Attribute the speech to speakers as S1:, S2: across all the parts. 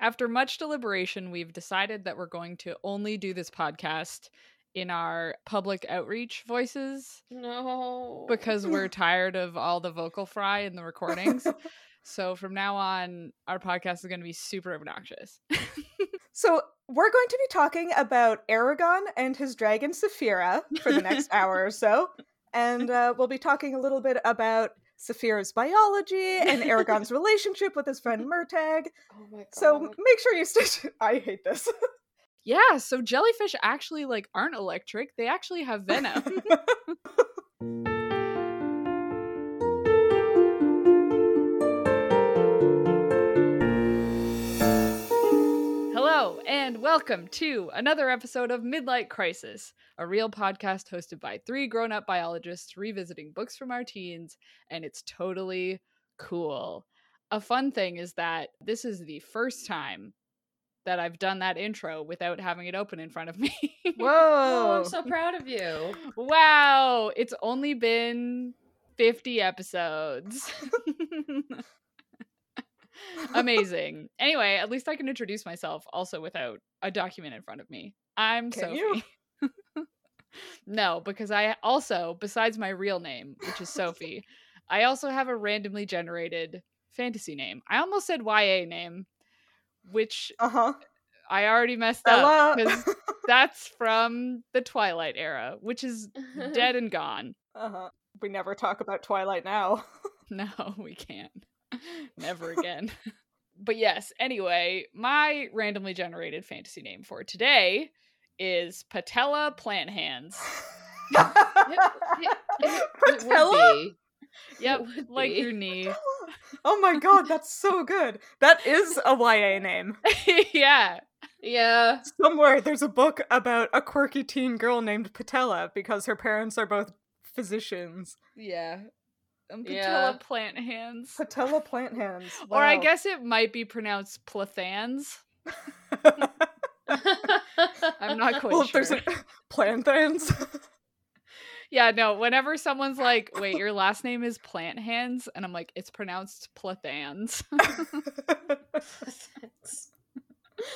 S1: after much deliberation, we've decided that we're going to only do this podcast in our public outreach voices
S2: No.
S1: because we're tired of all the vocal fry in the recordings. so from now on, our podcast is going to be super obnoxious.
S3: So we're going to be talking about Aragon and his dragon Saphira for the next hour or so, and uh, we'll be talking a little bit about Saphira's biology and Aragon's relationship with his friend Murtag.
S2: Oh my god.
S3: So make sure you stay. tu- I hate this.
S1: yeah, so jellyfish actually like aren't electric; they actually have venom. Hello, and welcome to another episode of Midlight Crisis, a real podcast hosted by three grown up biologists revisiting books from our teens, and it's totally cool. A fun thing is that this is the first time that I've done that intro without having it open in front of me.
S2: Oh,
S3: Whoa!
S2: I'm so proud of you.
S1: wow, it's only been 50 episodes. Amazing. Anyway, at least I can introduce myself also without a document in front of me. I'm
S3: Can
S1: Sophie.
S3: you?
S1: no, because I also, besides my real name, which is Sophie, I also have a randomly generated fantasy name. I almost said YA name, which
S3: Uh huh.
S1: I already messed
S3: Hello.
S1: up because that's from the Twilight era, which is dead and gone.
S3: uh huh. We never talk about Twilight now.
S1: No, we can't. Never again. but yes, anyway, my randomly generated fantasy name for today is Patella Plant Hands.
S2: It would
S3: Patella?
S2: be.
S1: Yep,
S2: It would
S1: like
S2: be.
S1: your knee.
S3: Oh my god, that's so good. That is a YA name.
S1: yeah.
S2: Yeah.
S3: Somewhere there's a book about a quirky teen girl named Patella because her parents are both physicians.
S1: Yeah. Um, Patella
S2: Yeah.
S1: Plant Hands.
S3: Patella plant hands.
S1: Or I
S3: wow.
S1: guess it might be pronounced Plathans. I'm not quite
S3: well,
S1: sure.
S3: there's a plant hands.
S1: Yeah, no, whenever someone's like, wait, your last name is Plant Hands, and I'm like, it's pronounced Plathans.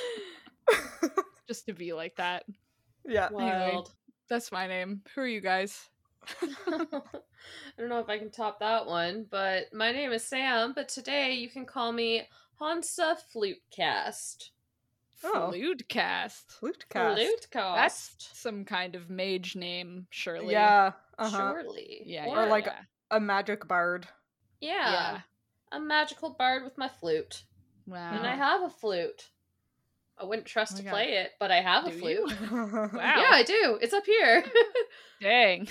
S1: Just to be like that.
S3: yeah.
S2: Wild.
S1: That's my name. Who are you guys?
S2: I don't know if I can top that one, but my name is Sam, but today you can call me Hansa Flutecast.
S3: Oh.
S1: Fludecast.
S3: Flute cast.
S2: Flutecast.
S1: That's some kind of mage name, surely.
S3: Yeah. Uh-huh.
S2: Surely.
S1: Yeah. yeah,
S2: Or
S3: like-
S1: yeah.
S3: A magic bard.
S2: yeah,
S1: Yeah.
S2: A magical bard with my flute.
S1: Wow.
S2: And I have a flute. I wouldn't trust
S1: Oh
S2: to
S1: my God.
S2: play it, but I have a
S1: Do you?
S2: flute.
S1: Wow.
S2: Yeah, I do. It's up here.
S1: Dang.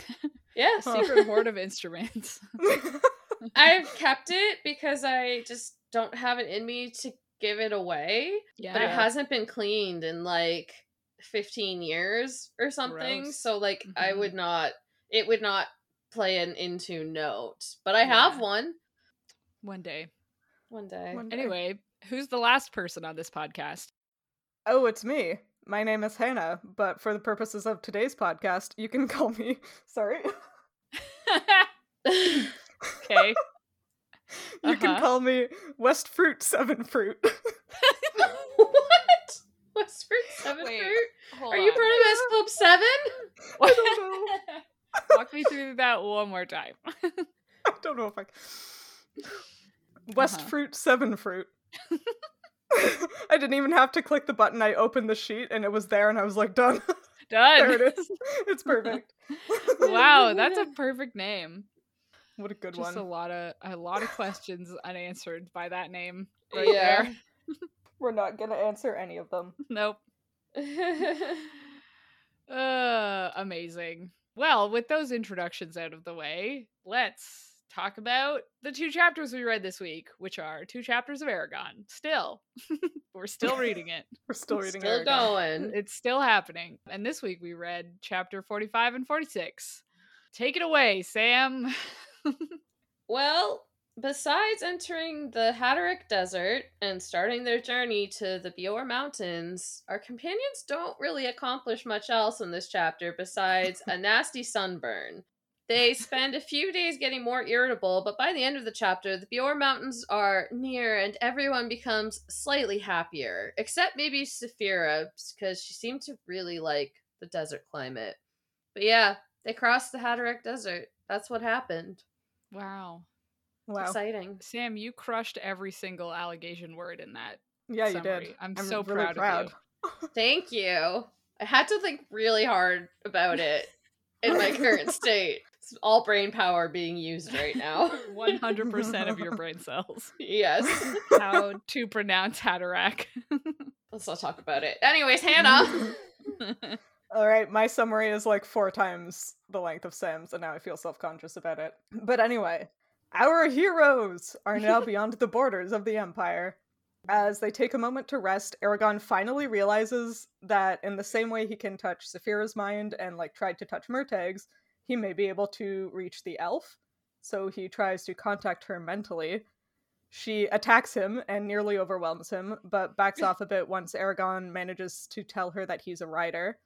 S2: yes.
S3: Huh.
S1: Secret hoard of instruments.
S2: I've kept it because I just don't have it in me to give it away.
S1: Yeah.
S2: But it hasn't been cleaned in like 15 years or something.
S1: Gross.
S2: So like I
S1: Mhm.
S2: would not it would not play an into note. But I have
S1: Yeah.
S2: one
S1: One day.
S2: one day.
S3: One day.
S1: Anyway, who's the last person on this podcast?
S3: Oh, it's me. My name is Hannah, but for the purposes of today's podcast, you can call me. Sorry.
S1: okay.
S3: You can
S1: Uh-huh.
S3: call me West Fruit Seven Fruit.
S2: what? What's for seven
S1: Wait,
S2: fruit?
S1: Hold
S2: Are you
S1: on.
S2: part of S Club Seven?
S3: I don't know.
S1: Walk me through that one more time.
S3: I don't know if I. West
S1: Uh-huh.
S3: Fruit Seven Fruit. I didn't even have to click the button. I opened the sheet and it was there, and I was like, done.
S1: Done.
S3: there it is. It's perfect.
S1: Wow, that's a perfect name.
S3: What a good
S1: Just a
S3: one.
S1: lot of a lot of questions unanswered by that name.
S2: Yeah.
S1: Right there.
S3: We're not gonna answer any of them.
S1: Nope. uh, amazing. Well, with those introductions out of the way, let's talk about the two chapters we read this week, which are two chapters of Aragon. Still, we're still reading it.
S3: We're still reading.
S2: Still
S3: Aragon.
S2: going.
S1: It's still happening. And this week we read chapter 45 and 46. Take it away, Sam.
S2: Well, besides entering the Hatterick Desert and starting their journey to the Bior Mountains, our companions don't really accomplish much else in this chapter besides a nasty sunburn. They spend a few days getting more irritable, but by the end of the chapter, the Bjor Mountains are near and everyone becomes slightly happier, except maybe Saphira, because she seemed to really like the desert climate. But yeah, they crossed the Haderach Desert. That's what happened.
S1: Wow.
S3: Wow.
S2: Exciting.
S1: Sam, you crushed every single allegation word in that.
S3: Yeah, you
S1: summary.
S3: did.
S1: I'm,
S3: I'm
S1: so
S3: really
S1: proud, of
S3: proud.
S1: you.
S2: Thank you. I had to think really hard about it in my current state. It's all brain power being used right now.
S1: 100% of your brain cells.
S2: yes.
S1: How to pronounce Haderach.
S2: Let's not talk about it. Anyways, Hannah.
S1: Mm-hmm.
S3: All right, my summary is like four times the length of Sam's, and now I feel self conscious about it. But anyway, our heroes are now beyond the borders of the Empire. As they take a moment to rest, Aragon finally realizes that in the same way he can touch Saphira's mind and like tried to touch Murtag's, he may be able to reach the elf. So he tries to contact her mentally. She attacks him and nearly overwhelms him, but backs off a bit once Aragon manages to tell her that he's a rider.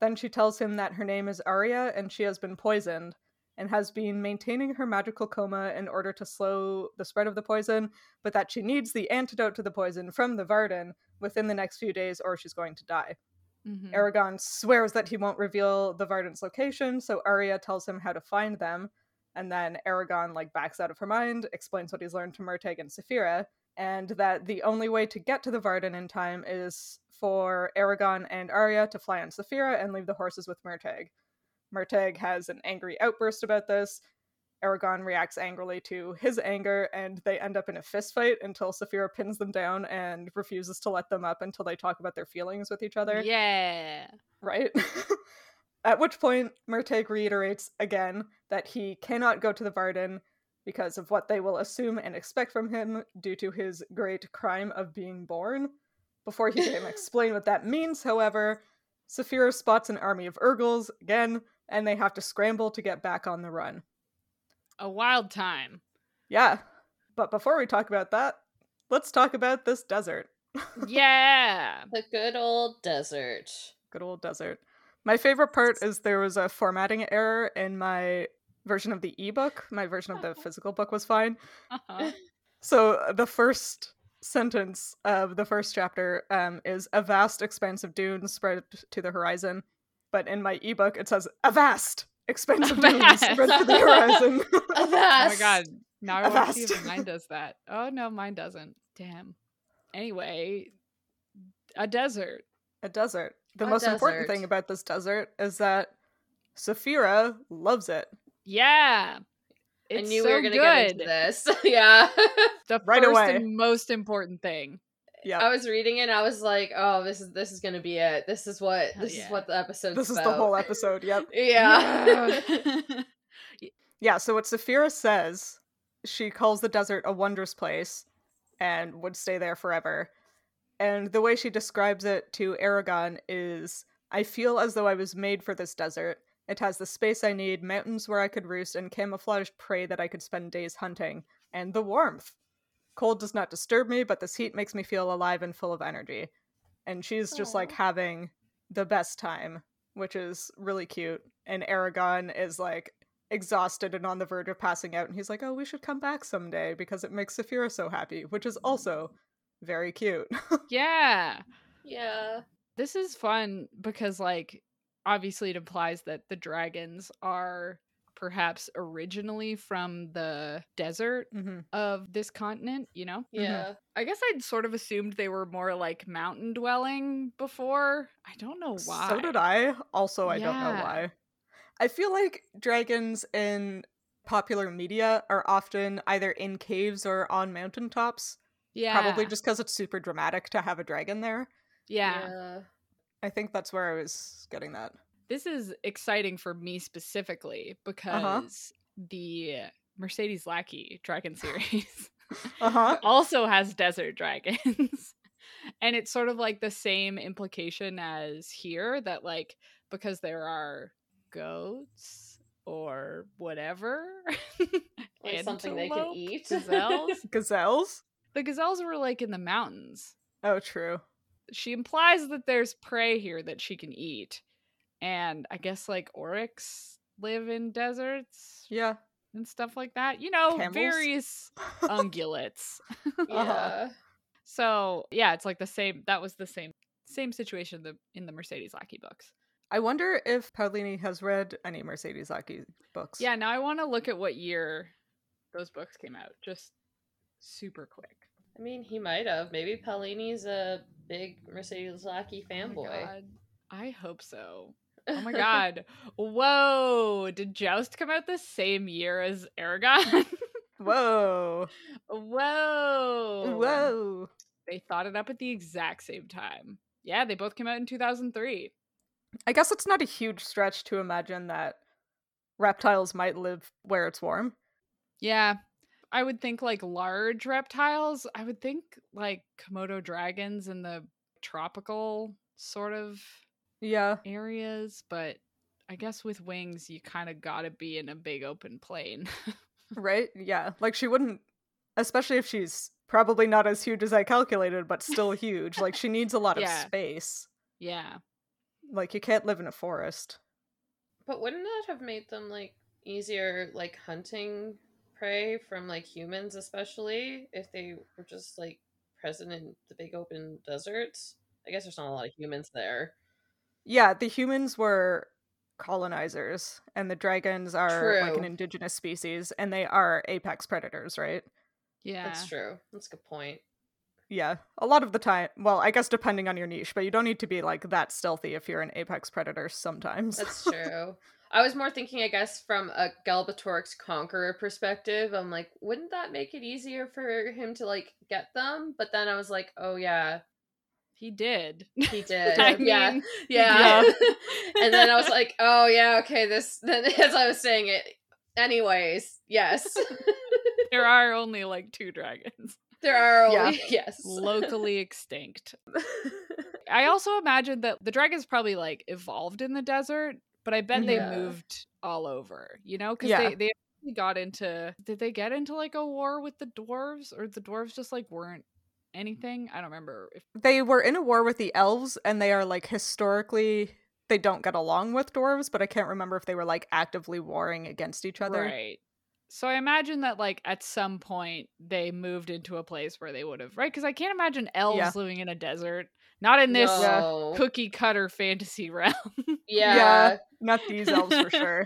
S3: Then she tells him that her name is Arya and she has been poisoned and has been maintaining her magical coma in order to slow the spread of the poison, but that she needs the antidote to the poison from the Varden within the next few days or she's going to die.
S1: Mhm.
S2: Er
S3: Aragon swears that he won't reveal the Varden's location, so Arya tells him how to find them, and then Aragon like backs out of her mind, explains what he's learned to Murtagh and Saphira, and that the only way to get to the Varden in time is for Aragon and Arya to fly on Saphira and leave the horses with Murtagh. Murtagh has an angry outburst about this. Aragon reacts angrily to his anger, and they end up in a fistfight until Saphira pins them down and refuses to let them up until they talk about their feelings with each other
S1: Yeah.
S3: right? At which point, Murtagh reiterates again that he cannot go to the Varden because of what they will assume and expect from him due to his great crime of being born. Before he can explain what that means, however, Saphira spots an army of Urgles again, and they have to scramble to get back on the run.
S1: A wild time.
S3: Yeah, but before we talk about that, let's talk about this desert.
S1: Yeah.
S2: the good old desert.
S3: good old desert. My favorite part is there was a formatting error in my version of the ebook. My version
S2: Oh.
S3: of the physical book was fine.
S1: Uh-huh.
S3: So uh, the first sentence of the first chapter um, is a vast expanse of dunes spread to the horizon, but in my ebook it says a vast expanse of dunes spread to the horizon.
S1: Oh my god. Now I want to see if
S3: Avast.
S1: mine does that. Oh no, mine doesn't. Damn. Anyway, a desert.
S3: a desert. The
S2: A
S3: most important
S2: desert.
S3: thing about this desert is that Saphira loves it.
S1: Yeah.
S2: I
S1: It's
S2: knew
S1: so
S2: we were gonna
S1: good.
S2: get into this. yeah.
S1: The
S3: Right
S1: first
S3: away.
S1: and most important thing.
S3: Yeah.
S2: I was reading it and I was like, oh, this is this is gonna be it. This is what
S1: Hell
S2: this
S1: yeah.
S2: is what the episode's
S3: this is the
S2: about.
S3: whole episode. Yep.
S2: Yeah.
S1: Yeah.
S3: Yeah, so what Saphira says, she calls the desert a wondrous place and would stay there forever. And the way she describes it to Aragon is I feel as though I was made for this desert. It has the space I need, mountains where I could roost, and camouflaged prey that I could spend days hunting, and the warmth. Cold does not disturb me, but this heat makes me feel alive and full of energy. And she's just like
S2: Aw.
S3: having the best time, which is really cute. And Aragon is like exhausted and on the verge of passing out, and he's like, "Oh, we should come back someday because it makes Saphira so happy," which is also very cute.
S1: yeah. Mm-hmm.
S2: yeah.
S1: This is fun because like obviously it implies that the dragons are perhaps originally from the desert
S3: mm-hmm.
S1: of this continent, you know?
S2: Yeah.
S1: I guess I'd sort of assumed they were more like mountain dwelling before. I don't know why.
S3: So did I. Also, I don't know
S1: Yeah.
S3: why. I feel like dragons in popular media are often either in caves or on mountaintops,
S1: Yeah.
S3: probably just because it's super dramatic to have a dragon there.
S1: Yeah.
S2: yeah.
S3: I think that's where I was getting that.
S1: This is exciting for me specifically
S3: Uh-huh.
S1: because the Mercedes Lackey Dragon series
S3: Uh huh.
S1: also has desert dragons. and it's sort of like the same implication as here that like because there are goats or whatever
S2: Like something they can
S1: antelope,
S2: eat.
S1: gazelles
S3: Gazelles.
S1: the gazelles were like in the mountains
S3: Oh, true.
S1: she implies that there's prey here that she can eat and i guess like oryx live in deserts
S3: Yeah.
S1: and stuff like that. You know,
S3: Camels?
S1: various ungulates.
S2: Yeah.
S1: So yeah, it's like the same. That was the same same situation the, in the Mercedes Lackey books.
S3: I wonder if Paolini has read any Mercedes Aki books.
S1: Yeah, now I want to look at what year those books came out. Just super quick.
S2: I mean, he might have. Maybe Paolini's a big Mercedes Lackey
S1: Oh my
S2: fanboy.
S1: God. I hope so. Oh my god. Whoa. Did Joust come out the same year as Aragon?
S3: Whoa.
S1: Whoa.
S3: Whoa.
S1: They thought it up at the exact same time. Yeah, they both came out in 2003.
S3: I guess it's not a huge stretch to imagine that reptiles might live where it's warm.
S1: Yeah. I would think like large reptiles. I would think like Komodo dragons in the tropical sort of
S3: Yeah.
S1: areas, but I guess with wings, you kind of gotta be in a big open plain.
S3: Right? Yeah. Like she wouldn't especially if she's probably not as huge as I calculated, but still huge. like she needs a lot
S1: Yeah.
S3: of space.
S1: yeah.
S3: Like you can't live in a forest.
S2: But wouldn't that have made them like easier, like hunting prey from like humans, especially if they were just like present in the big open deserts? I guess there's not a lot of humans there.
S3: Yeah, the humans were colonizers and the dragons are like an
S2: True.
S3: indigenous species and they are apex predators, right?
S1: Yeah.
S2: That's true. That's a good point.
S3: Yeah, a lot of the time. Well, I guess depending on your niche, but you don't need to be like that stealthy if you're an apex predator sometimes.
S2: That's true. I was more thinking, I guess, from a Galbatorix conqueror perspective. I'm like, wouldn't that make it easier for him to like get them? But then I was like, oh yeah,
S1: He did.
S2: he did.
S1: I
S2: yeah,
S1: mean,
S2: yeah. and then I was like, oh yeah, okay. This then as I was saying it. Anyways, yes,
S1: there are only like two dragons
S2: there are
S3: Yeah.
S2: only yes.
S1: locally extinct. I also imagine that the dragons probably like evolved in the desert, but I bet
S2: Yeah.
S1: they moved all over, you know, because
S3: Yeah.
S1: they, they actually got into did they get into like a war with the dwarves or the dwarves just like weren't anything? I don't remember if
S3: they were in a war with the elves and they are like historically they don't get along with dwarves, but I can't remember if they were like actively warring against each other.
S1: Right. So I imagine that like at some point they moved into a place where they would have right because I can't imagine elves
S3: Yeah.
S1: living in a desert, not in this
S3: Yeah.
S2: No.
S1: cookie cutter fantasy realm.
S2: yeah.
S3: Yeah. Not these elves for sure.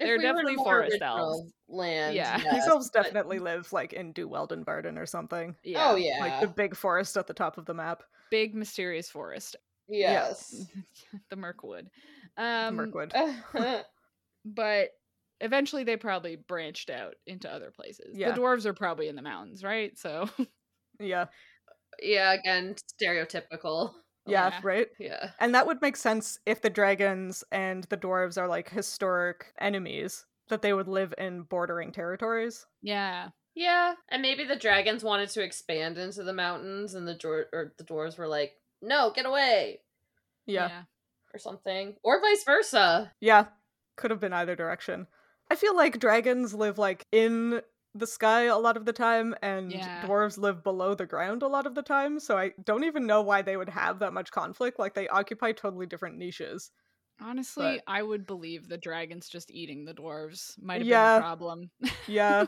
S2: If
S1: They're
S2: we were in a
S1: definitely
S2: more
S1: forest
S2: original
S1: elves.
S2: Land.
S1: Yeah. These
S3: these
S2: yes,
S3: elves
S2: but-
S3: definitely live like in Du Weldenbarden or something.
S1: yeah,
S2: Oh yeah.
S3: Like the big forest at the top of the map.
S1: big mysterious forest,
S2: yes.
S1: the Mirkwood. Um,
S3: Mirkwood.
S1: but eventually they probably branched out into other places.
S3: Yeah.
S1: The dwarves are probably in the mountains, right? So
S3: Yeah.
S2: yeah, again, stereotypical.
S3: Yeah,
S1: Yeah.
S3: right?
S2: Yeah.
S3: And that would make sense if the dragons and the dwarves are like historic enemies, that they would live in bordering territories.
S1: yeah,
S2: Yeah. And maybe the dragons wanted to expand into the mountains and the dwar- or the dwarves were like, "No, get away."
S3: Yeah.
S2: Or something. Or vice versa.
S3: Yeah. Could have been either direction. I feel like dragons live like in the sky a lot of the time and
S1: Yeah.
S3: dwarves live below the ground a lot of the time, so I don't even know why they would have that much conflict. Like they occupy totally different niches.
S1: Honestly,
S3: But-
S1: I would believe the dragons just eating the dwarves might have been
S3: Yeah.
S1: a problem.
S3: Yeah.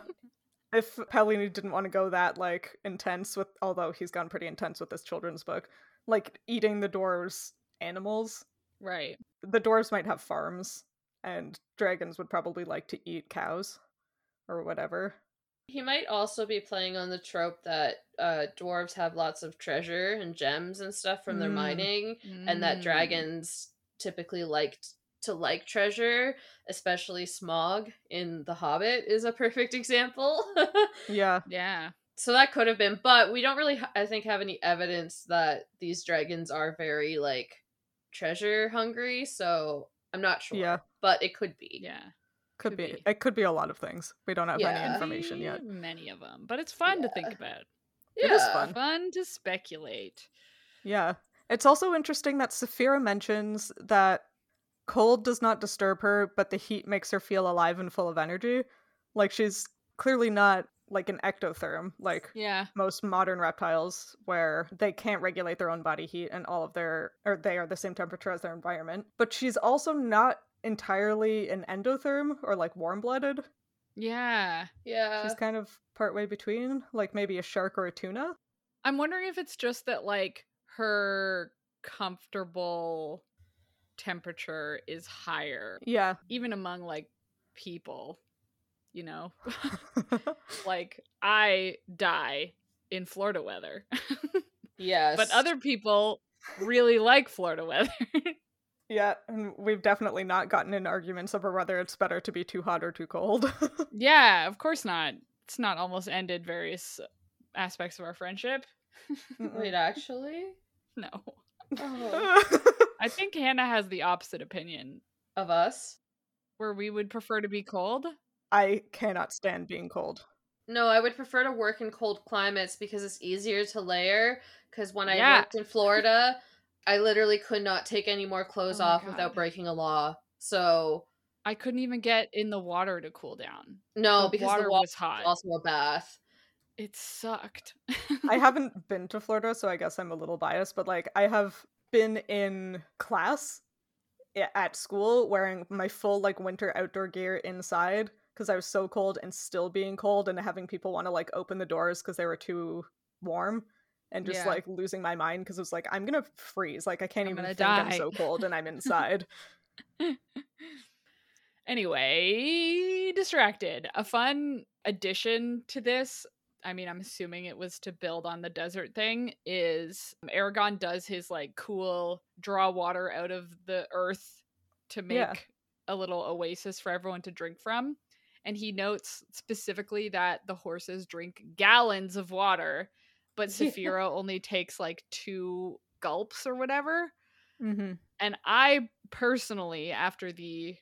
S3: if Paolini didn't want to go that like intense with although he's gone pretty intense with this children's book, like eating the dwarves animals.
S1: right.
S3: The dwarves might have farms and dragons would probably like to eat cows or whatever.
S2: He might also be playing on the trope that uh, dwarves have lots of treasure and gems and stuff from their
S3: Mm.
S2: mining, and that
S1: Mm.
S2: dragons typically liked to like treasure, especially Smog in The Hobbit is a perfect example.
S3: Yeah.
S1: Yeah.
S2: so that could have been, but we don't really, ha- I think, have any evidence that these dragons are very like treasure hungry. So I'm not sure,
S3: Yeah.
S2: but it could be.
S1: Yeah.
S3: Could,
S1: Could
S3: be.
S1: be.
S3: It could be a lot of things. We don't have
S2: Yeah.
S3: any information yet.
S1: Maybe Many of them, but it's fun to think about.
S3: It is
S2: Yeah.
S3: fun.
S1: Fun to speculate.
S3: Yeah. It's also interesting that Saphira mentions that cold does not disturb her, but the heat makes her feel alive and full of energy. Like she's clearly not like an ectotherm, like
S1: Yeah.
S3: most modern reptiles, where they can't regulate their own body heat and all of their or they are the same temperature as their environment. But she's also not entirely an endotherm or like warm blooded.
S1: Yeah.
S2: Yeah.
S3: She's kind of partway between, like maybe a shark or a tuna.
S1: I'm wondering if it's just that like her comfortable temperature is higher
S3: Yeah.
S1: even among like people, you know. like I die in Florida weather.
S2: yes.
S1: but other people really like Florida weather.
S3: yeah, and we've definitely not gotten in arguments over whether it's better to be too hot or too cold.
S1: yeah, of course not. It's not almost ended various aspects of our friendship.
S2: Wait,
S3: Mm.
S2: actually?
S1: No.
S2: Oh.
S3: Mm-mm.
S1: I think Hannah has the opposite opinion
S2: Of us?
S1: where we would prefer to be cold.
S3: I cannot stand being cold.
S2: No, I would prefer to work in cold climates because it's easier to layer. Because when I
S1: Yeah.
S2: worked in Florida, I literally could not take any more clothes
S1: Oh my
S2: off
S1: God.
S2: without breaking a law. So,
S1: I couldn't even get in the water to cool down.
S2: no,
S1: the
S2: Oh, because
S1: water
S2: the water
S1: was hot.
S2: was also a bath.
S1: It sucked.
S3: I haven't been to Florida, so I guess I'm a little biased, but like I have been in class i- at school wearing my full like winter outdoor gear inside because I was so cold and still being cold and having people want to like open the doors because they were too warm and just
S1: Yeah.
S3: like losing my mind because it was like I'm gonna freeze like I can't
S1: I'm
S3: even
S1: gonna
S3: think I'm
S1: die.
S3: so cold and I'm inside.
S1: anyway, distracted. A fun addition to this, I mean, I'm assuming it was to build on the desert thing, is um, Aragon does his like cool draw water out of the earth to make
S3: Yeah.
S1: a little oasis for everyone to drink from. And he notes specifically that the horses drink gallons of water, but
S2: Yeah.
S1: Saphira only takes like two gulps or whatever.
S3: mm-hmm.
S1: And I personally, after the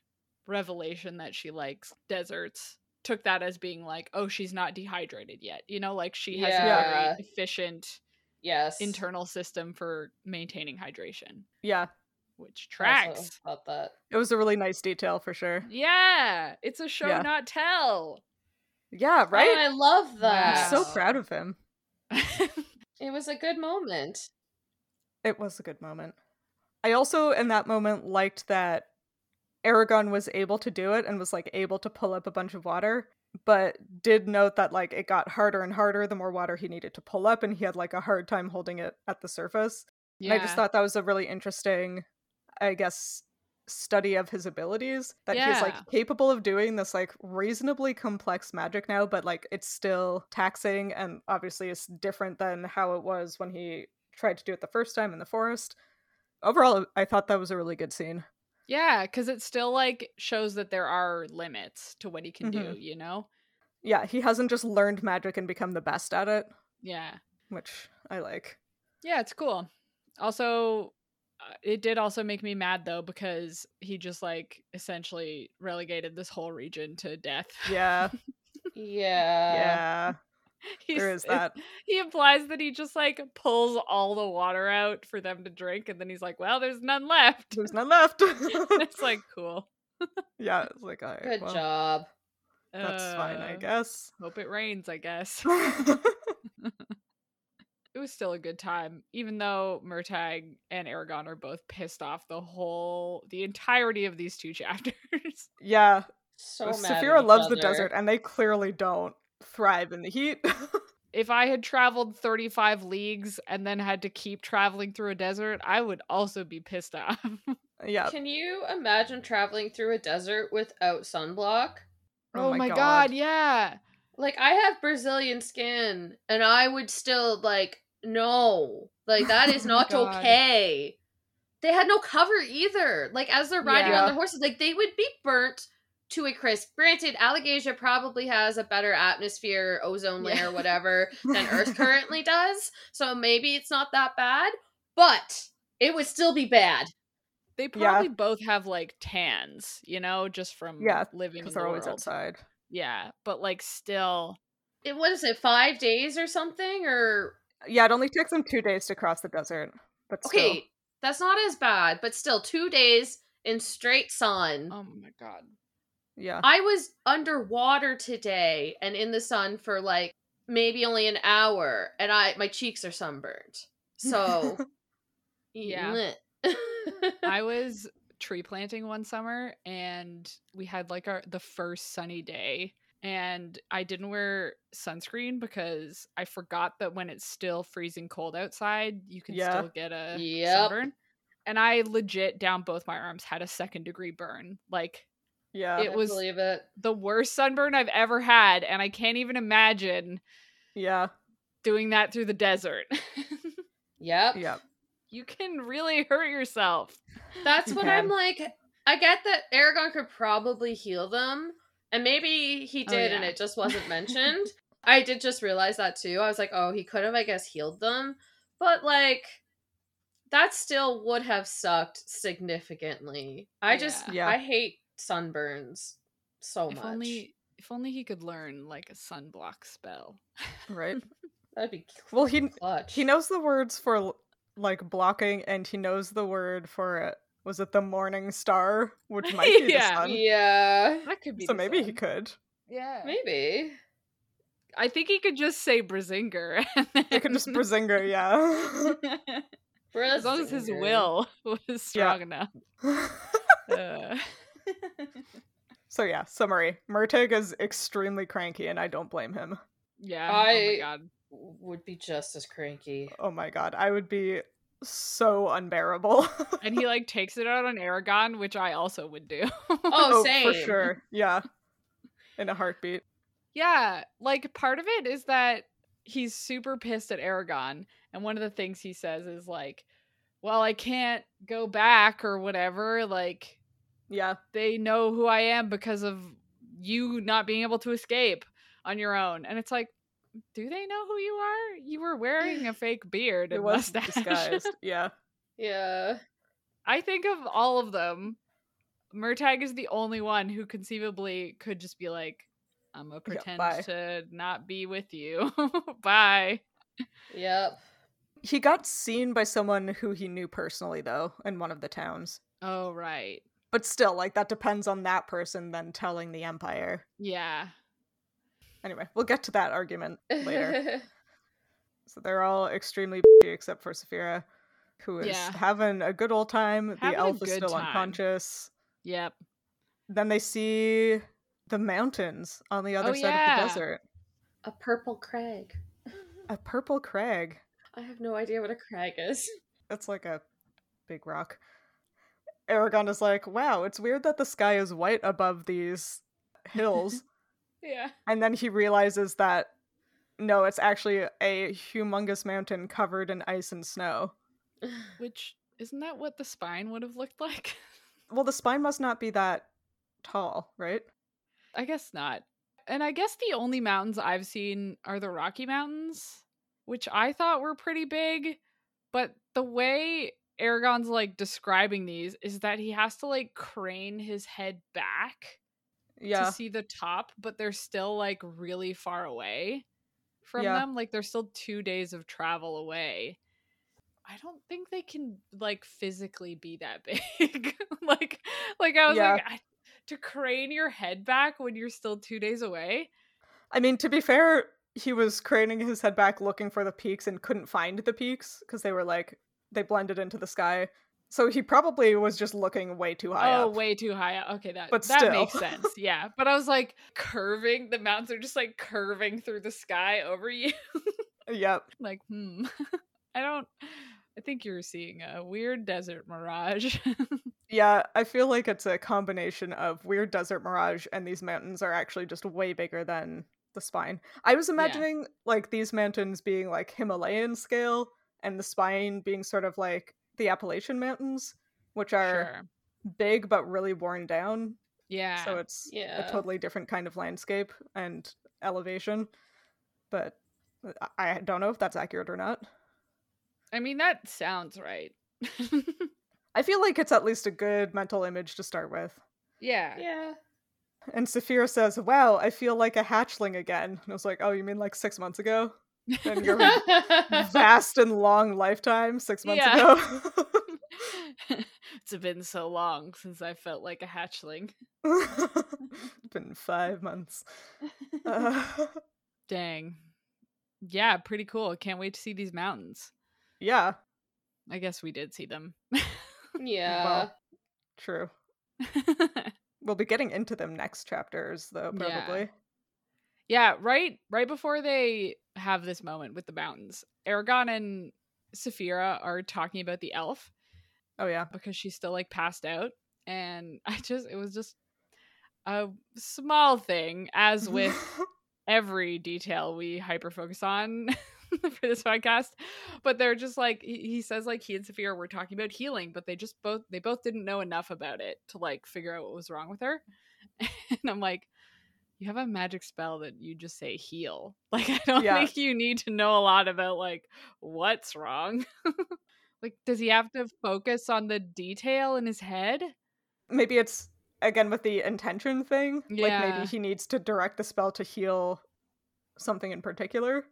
S1: revelation that she likes deserts, took that as being like, oh, she's not dehydrated yet. You know, like she has a
S2: Yeah.
S1: very efficient
S2: Yes.
S1: internal system for maintaining hydration,
S3: Yeah,
S1: which
S2: I also
S1: tracks.
S2: Thought that.
S3: it was a really nice detail for sure.
S1: Yeah, it's a show
S3: Yeah.
S1: not tell.
S3: Yeah,
S2: Right?
S3: right.
S2: Oh, I love
S1: Wow.
S2: that.
S3: I'm so proud of him.
S2: It was a good moment.
S3: It was a good moment. I also, in that moment, liked that Aragon was able to do it and was like able to pull up a bunch of water, but did note that like it got harder and harder the more water he needed to pull up, and he had like a hard time holding it at the surface. And I just thought that was a really interesting, I guess, study of his abilities that he's like
S1: Yeah.
S3: capable of doing this like reasonably complex magic now, but like it's still taxing and obviously it's different than how it was when he tried to do it the first time in the forest. Overall, I thought that was a really good scene.
S1: Yeah, because it still like shows that there are limits to what he can do,
S3: Mhm.
S1: you know?
S3: Yeah, he hasn't just learned magic and become the best at it,
S1: Yeah.
S3: which I like.
S1: Yeah, it's cool. Also, uh, it did also make me mad though because he just like essentially relegated this whole region to death.
S3: Yeah,
S2: Yeah.
S3: yeah.
S1: He's-
S3: there is
S1: it-
S3: that.
S1: He implies that he just like pulls all the water out for them to drink, and then he's like, "Well, there's none left."
S3: There's none left.
S1: it's like cool.
S3: yeah, it's like, all right,
S2: Good
S3: well,
S2: job.
S3: That's fine, I
S1: Uh,
S3: guess.
S1: Hope it rains. I guess it was still a good time, even though Murtag and Aragon are both pissed off the whole, the entirety of these two chapters.
S3: yeah,
S2: So mad. at
S3: Saphira
S2: each
S3: loves the
S2: other.
S3: desert, and they clearly don't thrive in the heat.
S1: if I had traveled 35 leagues and then had to keep traveling through a desert, I would also be pissed off.
S3: Oh yeah.
S2: Can you imagine traveling through a desert without sunblock?
S3: Oh my God.
S1: yeah.
S2: Like I have Brazilian skin and I would still like no. Like that is
S1: Oh my
S2: not
S1: God.
S2: okay. They had no cover either. Like as they're riding
S1: Yeah.
S2: on their horses, like they would be burnt to a crisp. Granted, Allegasia probably has a better atmosphere, ozone layer,
S1: Yeah.
S2: whatever, than Earth currently does. So maybe it's not that bad, but it would still be bad.
S1: They
S3: Yeah.
S1: probably both have like tans, you know, just from
S3: Yeah,
S1: living in
S3: Because
S1: the
S3: they're always
S1: world.
S3: outside.
S1: Yeah, but like still,
S2: It what is it, five days or something? Or
S3: Yeah, it only takes them two days to cross the desert. But
S2: okay,
S3: still.
S2: that's not as bad, but still two days in straight sun.
S1: oh my god.
S3: yeah.
S2: I was underwater today and in the sun for like maybe only an hour, and I my cheeks are sunburned. So
S1: Yeah.
S2: yeah.
S1: I was tree planting one summer and we had like our the first sunny day and I didn't wear sunscreen because I forgot that when it's still freezing cold outside, you can
S3: Yeah.
S1: still get a
S2: Yep.
S1: sunburn. And I legit down both my arms had a second degree burn. Like
S3: Yeah.
S1: It
S2: I
S1: was-
S2: believe it.
S1: the worst sunburn I've ever had and I can't even imagine
S3: yeah.
S1: doing that through the desert.
S2: Yep.
S3: Yeah.
S1: you can really hurt yourself.
S2: That's
S3: You
S2: what
S3: can.
S2: I'm like. I get that Aragon could probably heal them, and maybe he
S1: Oh,
S2: did, and
S1: yeah.
S2: it just wasn't mentioned. I did just realize that too. I was like, oh, he could have, I guess, healed them, but like, that still would have sucked significantly. I just,
S3: Yeah. Yeah.
S2: I hate sunburns so
S1: if
S2: much.
S1: only if only he could learn like a sunblock spell.
S3: Right.
S2: That'd be
S3: Well, he
S2: clutch.
S3: he knows the words for l- like blocking, and he knows the word for uh was it the morning star, which might be
S1: Yeah.
S3: the sun.
S2: Yeah,
S1: That could be
S3: So
S1: the
S3: maybe he
S1: sun.
S3: could.
S1: Yeah.
S2: maybe.
S1: I think he could just say Brazinger. and
S3: He could just
S1: then-
S3: Brazinger, yeah.
S1: as long as his
S2: Brazinger.
S1: will was strong enough. Uh,
S3: so yeah, summary. Murtig is extremely cranky, and I don't blame him.
S1: yeah. Oh my
S2: I-
S1: god.
S2: would be just as cranky.
S3: Oh my god, I would be so unbearable.
S1: And he like takes it out on Aragon, which I also would do.
S2: Oh,
S3: for
S2: same.
S3: sure. Yeah. In a heartbeat.
S1: Yeah, like part of it is that he's super pissed at Aragon, and one of the things he says is like, "Well, I can't go back or whatever. Like
S3: Yeah.
S1: they know who I am because of you not being able to escape on your own." And it's like, do they know who you are? You were wearing a fake beard
S3: It
S1: and
S3: was
S1: mustache.
S3: disguised. Yeah.
S2: Yeah.
S1: I think of all of them, Murtag is the only one who conceivably could just be like, I'm gonna pretend
S3: bye."
S1: to not be with you. bye.
S2: Yep.
S3: He got seen by someone who he knew personally though in one of the towns.
S1: Oh right.
S3: But still, like that depends on that person then telling the empire.
S1: Yeah.
S3: Anyway, we'll get to that argument later. so they're all extremely bitchy except for Saphira, who is
S1: Yeah.
S3: having a good old time.
S1: Having
S3: the
S1: a
S3: elf is
S1: good
S3: still
S1: time.
S3: unconscious.
S1: Yep.
S3: Then they see the mountains on the other
S1: Oh,
S3: side of
S1: yeah.
S3: the desert.
S2: a purple crag.
S3: A purple crag.
S2: I have no idea what a crag is.
S3: That's like a big rock. Aragon is like, wow, it's weird that the sky is white above these hills.
S1: Yeah.
S3: and then he realizes that no, it's actually a humongous mountain covered in ice and snow.
S1: Which isn't that what the spine would have looked like?
S3: Well, the spine must not be that tall, right?
S1: I guess not. And I guess the only mountains I've seen are the Rocky Mountains, which I thought were pretty big, but the way Aragon's like describing these is that he has to like crane his head back
S3: Yeah.
S1: to see the top, but they're still like really far away from
S3: Yeah.
S1: them. Like they're still 2 days of travel away. I don't think they can like physically be that big. like like I was
S3: Yeah.
S1: like I, to crane your head back when you're still 2 days away.
S3: I mean, to be fair, he was craning his head back looking for the peaks and couldn't find the peaks because they were like, they blended into the sky. So he probably was just looking way too high
S1: oh,
S3: up.
S1: way too high. up. Okay, that
S3: But
S1: that
S3: still.
S1: makes sense. Yeah, but I was like curving. The mountains are just like curving through the sky over you.
S3: Yep.
S1: like, hmm. I don't. I think you're seeing a weird desert mirage.
S3: Yeah, I feel like it's a combination of weird desert mirage and these mountains are actually just way bigger than the spine. I was imagining like these mountains being like Himalayan scale and the spine being sort of like the Appalachian Mountains, which are
S1: sure.
S3: big but really worn down.
S1: Yeah.
S3: So it's
S2: Yeah.
S3: a totally different kind of landscape and elevation. But I- I don't know if that's accurate or not.
S1: I mean, that sounds right.
S3: I feel like it's at least a good mental image to start with.
S1: yeah.
S2: yeah.
S3: And Saphira says, Wow, I feel like a hatchling again. And I was like, Oh, you mean like six months ago? And your vast and long lifetime, six months
S1: Yeah. it's been so long since I felt like a hatchling.
S3: ago? it's been five months. Uh,
S1: Dang. Yeah, pretty cool. Can't wait to see these mountains.
S3: yeah.
S1: I guess we did see them.
S2: yeah.
S3: Well, True. We'll be getting into them next chapters, though,
S1: Yeah.
S3: probably.
S1: yeah, right right before they have this moment with the mountains, Aragon and Saphira are talking about the elf
S3: Oh, yeah.
S1: because she's still like passed out. And I just it was just a small thing, as
S3: Mm-hmm.
S1: with every detail we hyper focus on for this podcast but they're just like he he says like he and Sophia were talking about healing but they just both they both didn't know enough about it to like figure out what was wrong with her and i'm like you have a magic spell that you just say heal like i don't
S3: Yeah.
S1: think you need to know a lot about like what's wrong like does he have to focus on the detail in his head
S3: maybe it's again with the intention thing. Like
S1: Yeah.
S3: maybe he needs to direct the spell to heal something in particular.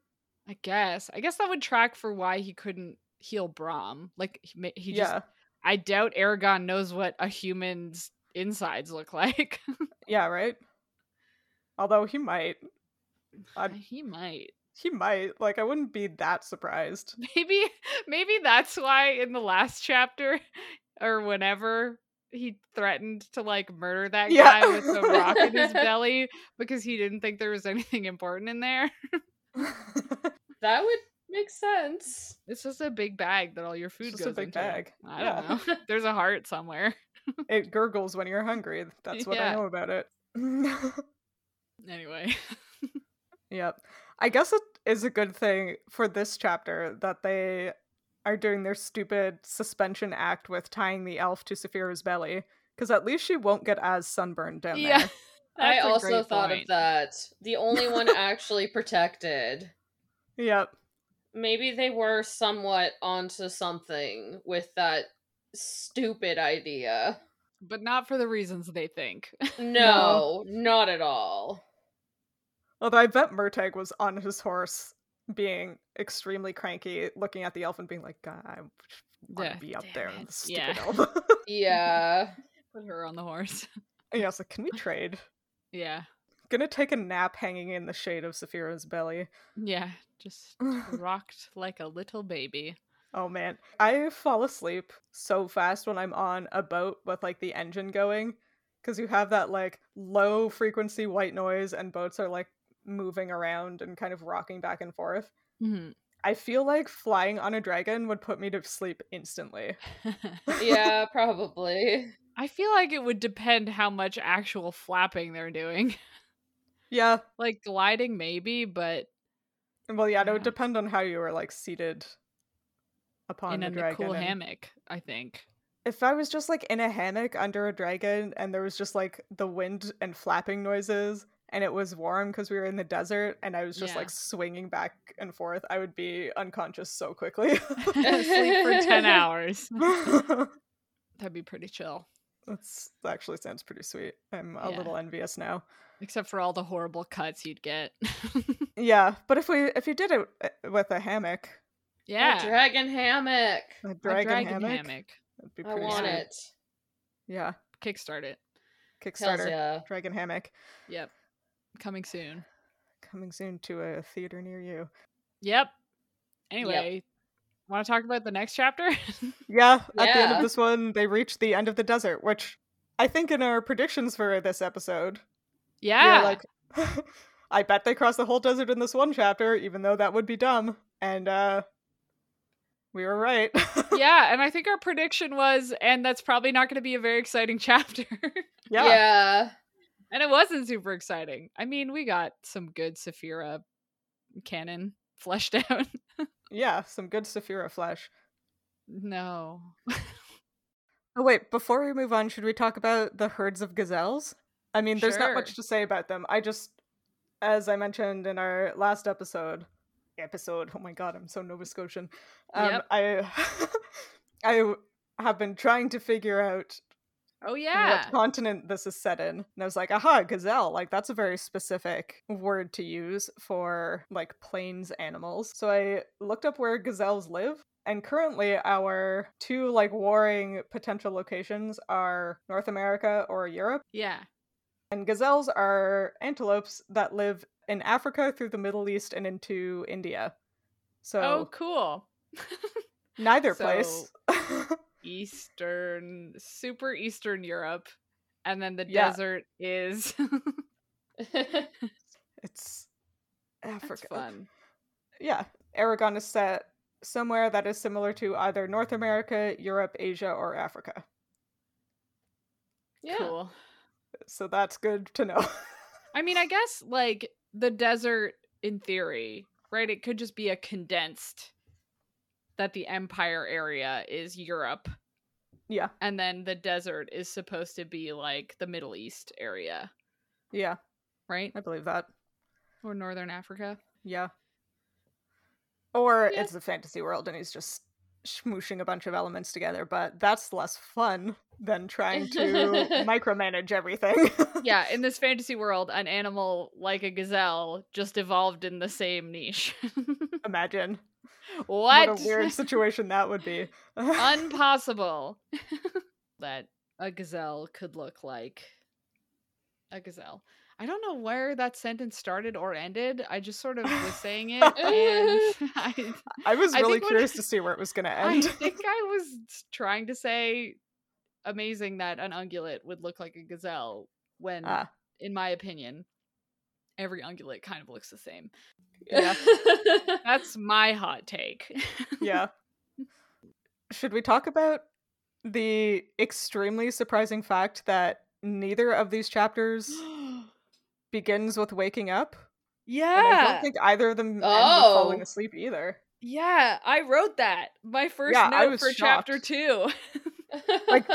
S1: i guess i guess that would track for why he couldn't heal brahm like he, ma- he just
S3: yeah.
S1: I doubt Aragon knows what a human's insides look like.
S3: Yeah, right? Although he might. I'd-
S1: he might.
S3: He might. Like I wouldn't be that surprised.
S1: Maybe maybe that's why in the last chapter or whenever he threatened to like murder that
S3: Yeah.
S1: guy with a rock in his belly because he didn't think there was anything important in there.
S2: That would make sense.
S1: It's just a big bag that all your food
S3: just a
S1: goes
S3: big
S1: into.
S3: bag.
S1: I
S3: Yeah.
S1: don't know. There's a heart somewhere.
S3: it gurgles when you're hungry. That's what
S1: Yeah.
S3: I know about it.
S1: Anyway.
S3: yep. I guess it is a good thing for this chapter that they are doing their stupid suspension act with tying the elf to Saphira's belly. Because at least she won't get as sunburned down
S1: Yeah.
S3: there.
S2: I
S1: That's a
S2: also
S1: great
S2: thought
S1: point.
S2: of that. The only one actually protected.
S3: Yep.
S2: Maybe they were somewhat onto something with that stupid idea.
S1: But not for the reasons they think.
S2: No, not at all.
S3: Although I bet Murtag was on his horse, being extremely cranky, looking at the elf and being like, "God, I want
S1: Yeah,
S3: to be up
S1: damn
S3: there
S1: it."
S3: with this
S1: Yeah.
S3: stupid elf."
S2: Yeah.
S1: Put her on the horse.
S3: yeah, I was like, "Can we trade?"
S1: Yeah.
S3: Gonna take a nap hanging in the shade of Saphira's belly.
S1: Yeah. Just rocked like a little baby.
S3: oh man, I fall asleep so fast when I'm on a boat with like the engine going, because you have that like low frequency white noise, and boats are like moving around and kind of rocking back and forth. Mm-hmm. I feel like flying on a dragon would put me to sleep instantly.
S2: Yeah, probably.
S1: I feel like it would depend how much actual flapping they're doing.
S3: Yeah.
S1: Like gliding, maybe, but
S3: Well, yeah, it would
S1: Yeah.
S3: depend on how you were like seated upon
S1: in
S3: the
S1: a
S3: dragon.
S1: cool
S3: and-
S1: hammock, I think.
S3: If I was just like in a hammock under a dragon and there was just like the wind and flapping noises and it was warm because we were in the desert and I was just
S1: Yeah.
S3: like swinging back and forth, I would be unconscious so quickly.
S1: Sleep for 10 hours.
S3: That's
S1: That'd be pretty chill.
S3: that actually sounds pretty sweet. I'm a
S1: Yeah.
S3: little envious now.
S1: Except for all the horrible cuts you'd get.
S3: Yeah, but if we if you did it uh, with a hammock,
S1: yeah.
S2: A dragon hammock.
S3: a
S1: A
S3: dragon, hammock, that'd be
S2: I
S3: pretty
S2: want
S3: sweet.
S2: it.
S3: Yeah,
S1: Kickstart it.
S2: Hells
S3: Kickstarter
S2: yeah.
S3: dragon hammock.
S1: Yep. Coming soon.
S3: coming soon to a theater near you.
S1: Yep. Anyway, want to talk about the next chapter?
S3: Yeah, at the end
S2: Yeah.
S3: of this one, they reach the end of the desert, which I think in our predictions for this episode, we were
S1: yeah.
S3: like, I bet they cross the whole desert in this one chapter, even though that would be dumb. And uh, we were right.
S1: yeah, and I think our prediction was, and that's probably not going to be a very exciting chapter.
S3: yeah.
S2: yeah.
S1: and it wasn't super exciting. I mean, we got some good Saphira canon fleshed out.
S3: Yeah, some good Saphira flesh.
S1: no.
S3: Oh wait, before we move on, should we talk about the herds of gazelles? I mean, there's not much
S1: Sure.
S3: to say about them. I just as I mentioned in our last episode episode, oh my god, I'm so Nova Scotian. Um
S1: Yep.
S3: I I have been trying to figure out
S1: Oh yeah.
S3: what continent this is set in. And I was like, aha, gazelle. Like, that's a very specific word to use for like plains animals. So I looked up where gazelles live. And currently, our two like warring potential locations are North America or Europe.
S1: Yeah.
S3: And gazelles are antelopes that live in Africa through the Middle East and into India. So
S1: Oh, cool.
S3: neither
S1: so-
S3: place.
S1: Eastern, super Eastern Europe, and then the
S3: Yeah.
S1: desert is
S3: It's
S1: That's
S3: Africa.
S1: fun.
S3: Yeah. Aragon is set somewhere that is similar to either North America, Europe, Asia, or Africa.
S2: yeah.
S1: Cool.
S3: So that's good to know.
S1: I mean, I guess like the desert in theory, right? It could just be a condensed that the empire area is Europe
S3: yeah.
S1: and then the desert is supposed to be like the Middle East area,
S3: Yeah.
S1: right?
S3: I believe that.
S1: Or northern Africa.
S3: Yeah. Or
S2: Yeah.
S3: it's a fantasy world and he's just smooshing a bunch of elements together, but that's less fun than trying to micromanage everything.
S1: Yeah, in this fantasy world, an animal like a gazelle just evolved in the same niche.
S3: Imagine
S1: what?
S3: a weird situation that would be.
S1: Impossible that a gazelle could look like a gazelle. I don't know where that sentence started or ended. I just sort of was saying it, and I,
S3: I was
S1: I
S3: really
S1: think what-
S3: curious to see where it was going to
S1: I
S3: end.
S1: think I was trying to say amazing that an ungulate would look like a gazelle when,
S3: Ah.
S1: in my opinion, every ungulate kind of looks the same.
S3: Yeah.
S1: That's my hot take.
S3: yeah. Should we talk about the extremely surprising fact that neither of these chapters begins with waking up? And I don't think either of them end with falling
S2: Oh.
S3: asleep either.
S1: Yeah, I wrote that. My first
S3: Yeah, I
S1: note
S3: was
S1: for chapter
S3: shocked.
S1: two.
S3: Like-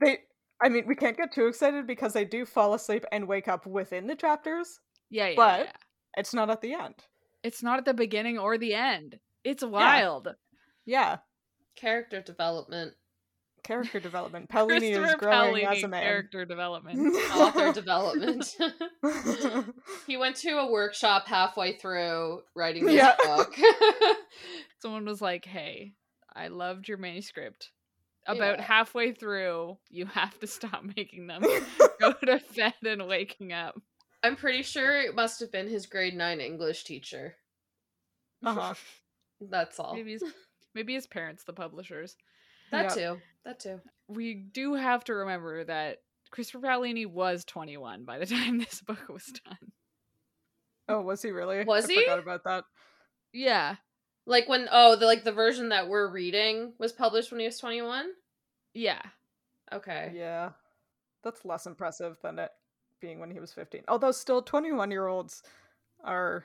S3: They I mean, we can't get too excited because they do fall asleep and wake up within the chapters.
S1: Yeah, yeah,
S3: But-
S1: yeah.
S3: It's not at the end.
S1: It's not at the beginning or the end. It's wild.
S3: Yeah.
S2: character development,
S3: Character development. Paolini is
S1: Christopher
S3: growing
S1: Paolini
S3: as a man.
S1: character development.
S2: author development.
S3: development.
S2: he went to a workshop halfway through writing this
S3: Yeah.
S2: book.
S1: Someone was like, "Hey, I loved your manuscript. About
S2: Yeah.
S1: halfway through, you have to stop making them. Go to bed and waking up."
S2: I'm pretty sure it must have been his grade nine English teacher.
S3: Uh-huh.
S2: That's all.
S1: Maybe his, maybe his parents, the publishers.
S2: That
S3: Yep.
S2: too. That too.
S1: we do have to remember that Christopher Paolini was 21 by the time this book was done.
S3: Oh, was he really?
S2: Was
S3: I
S2: he?
S3: forgot about that.
S1: Yeah.
S2: Like when oh the like the version that we're reading was published when he was 21.
S1: Yeah.
S2: Okay.
S3: Yeah. That's less impressive than it being when he was 15. Although still 21 year olds are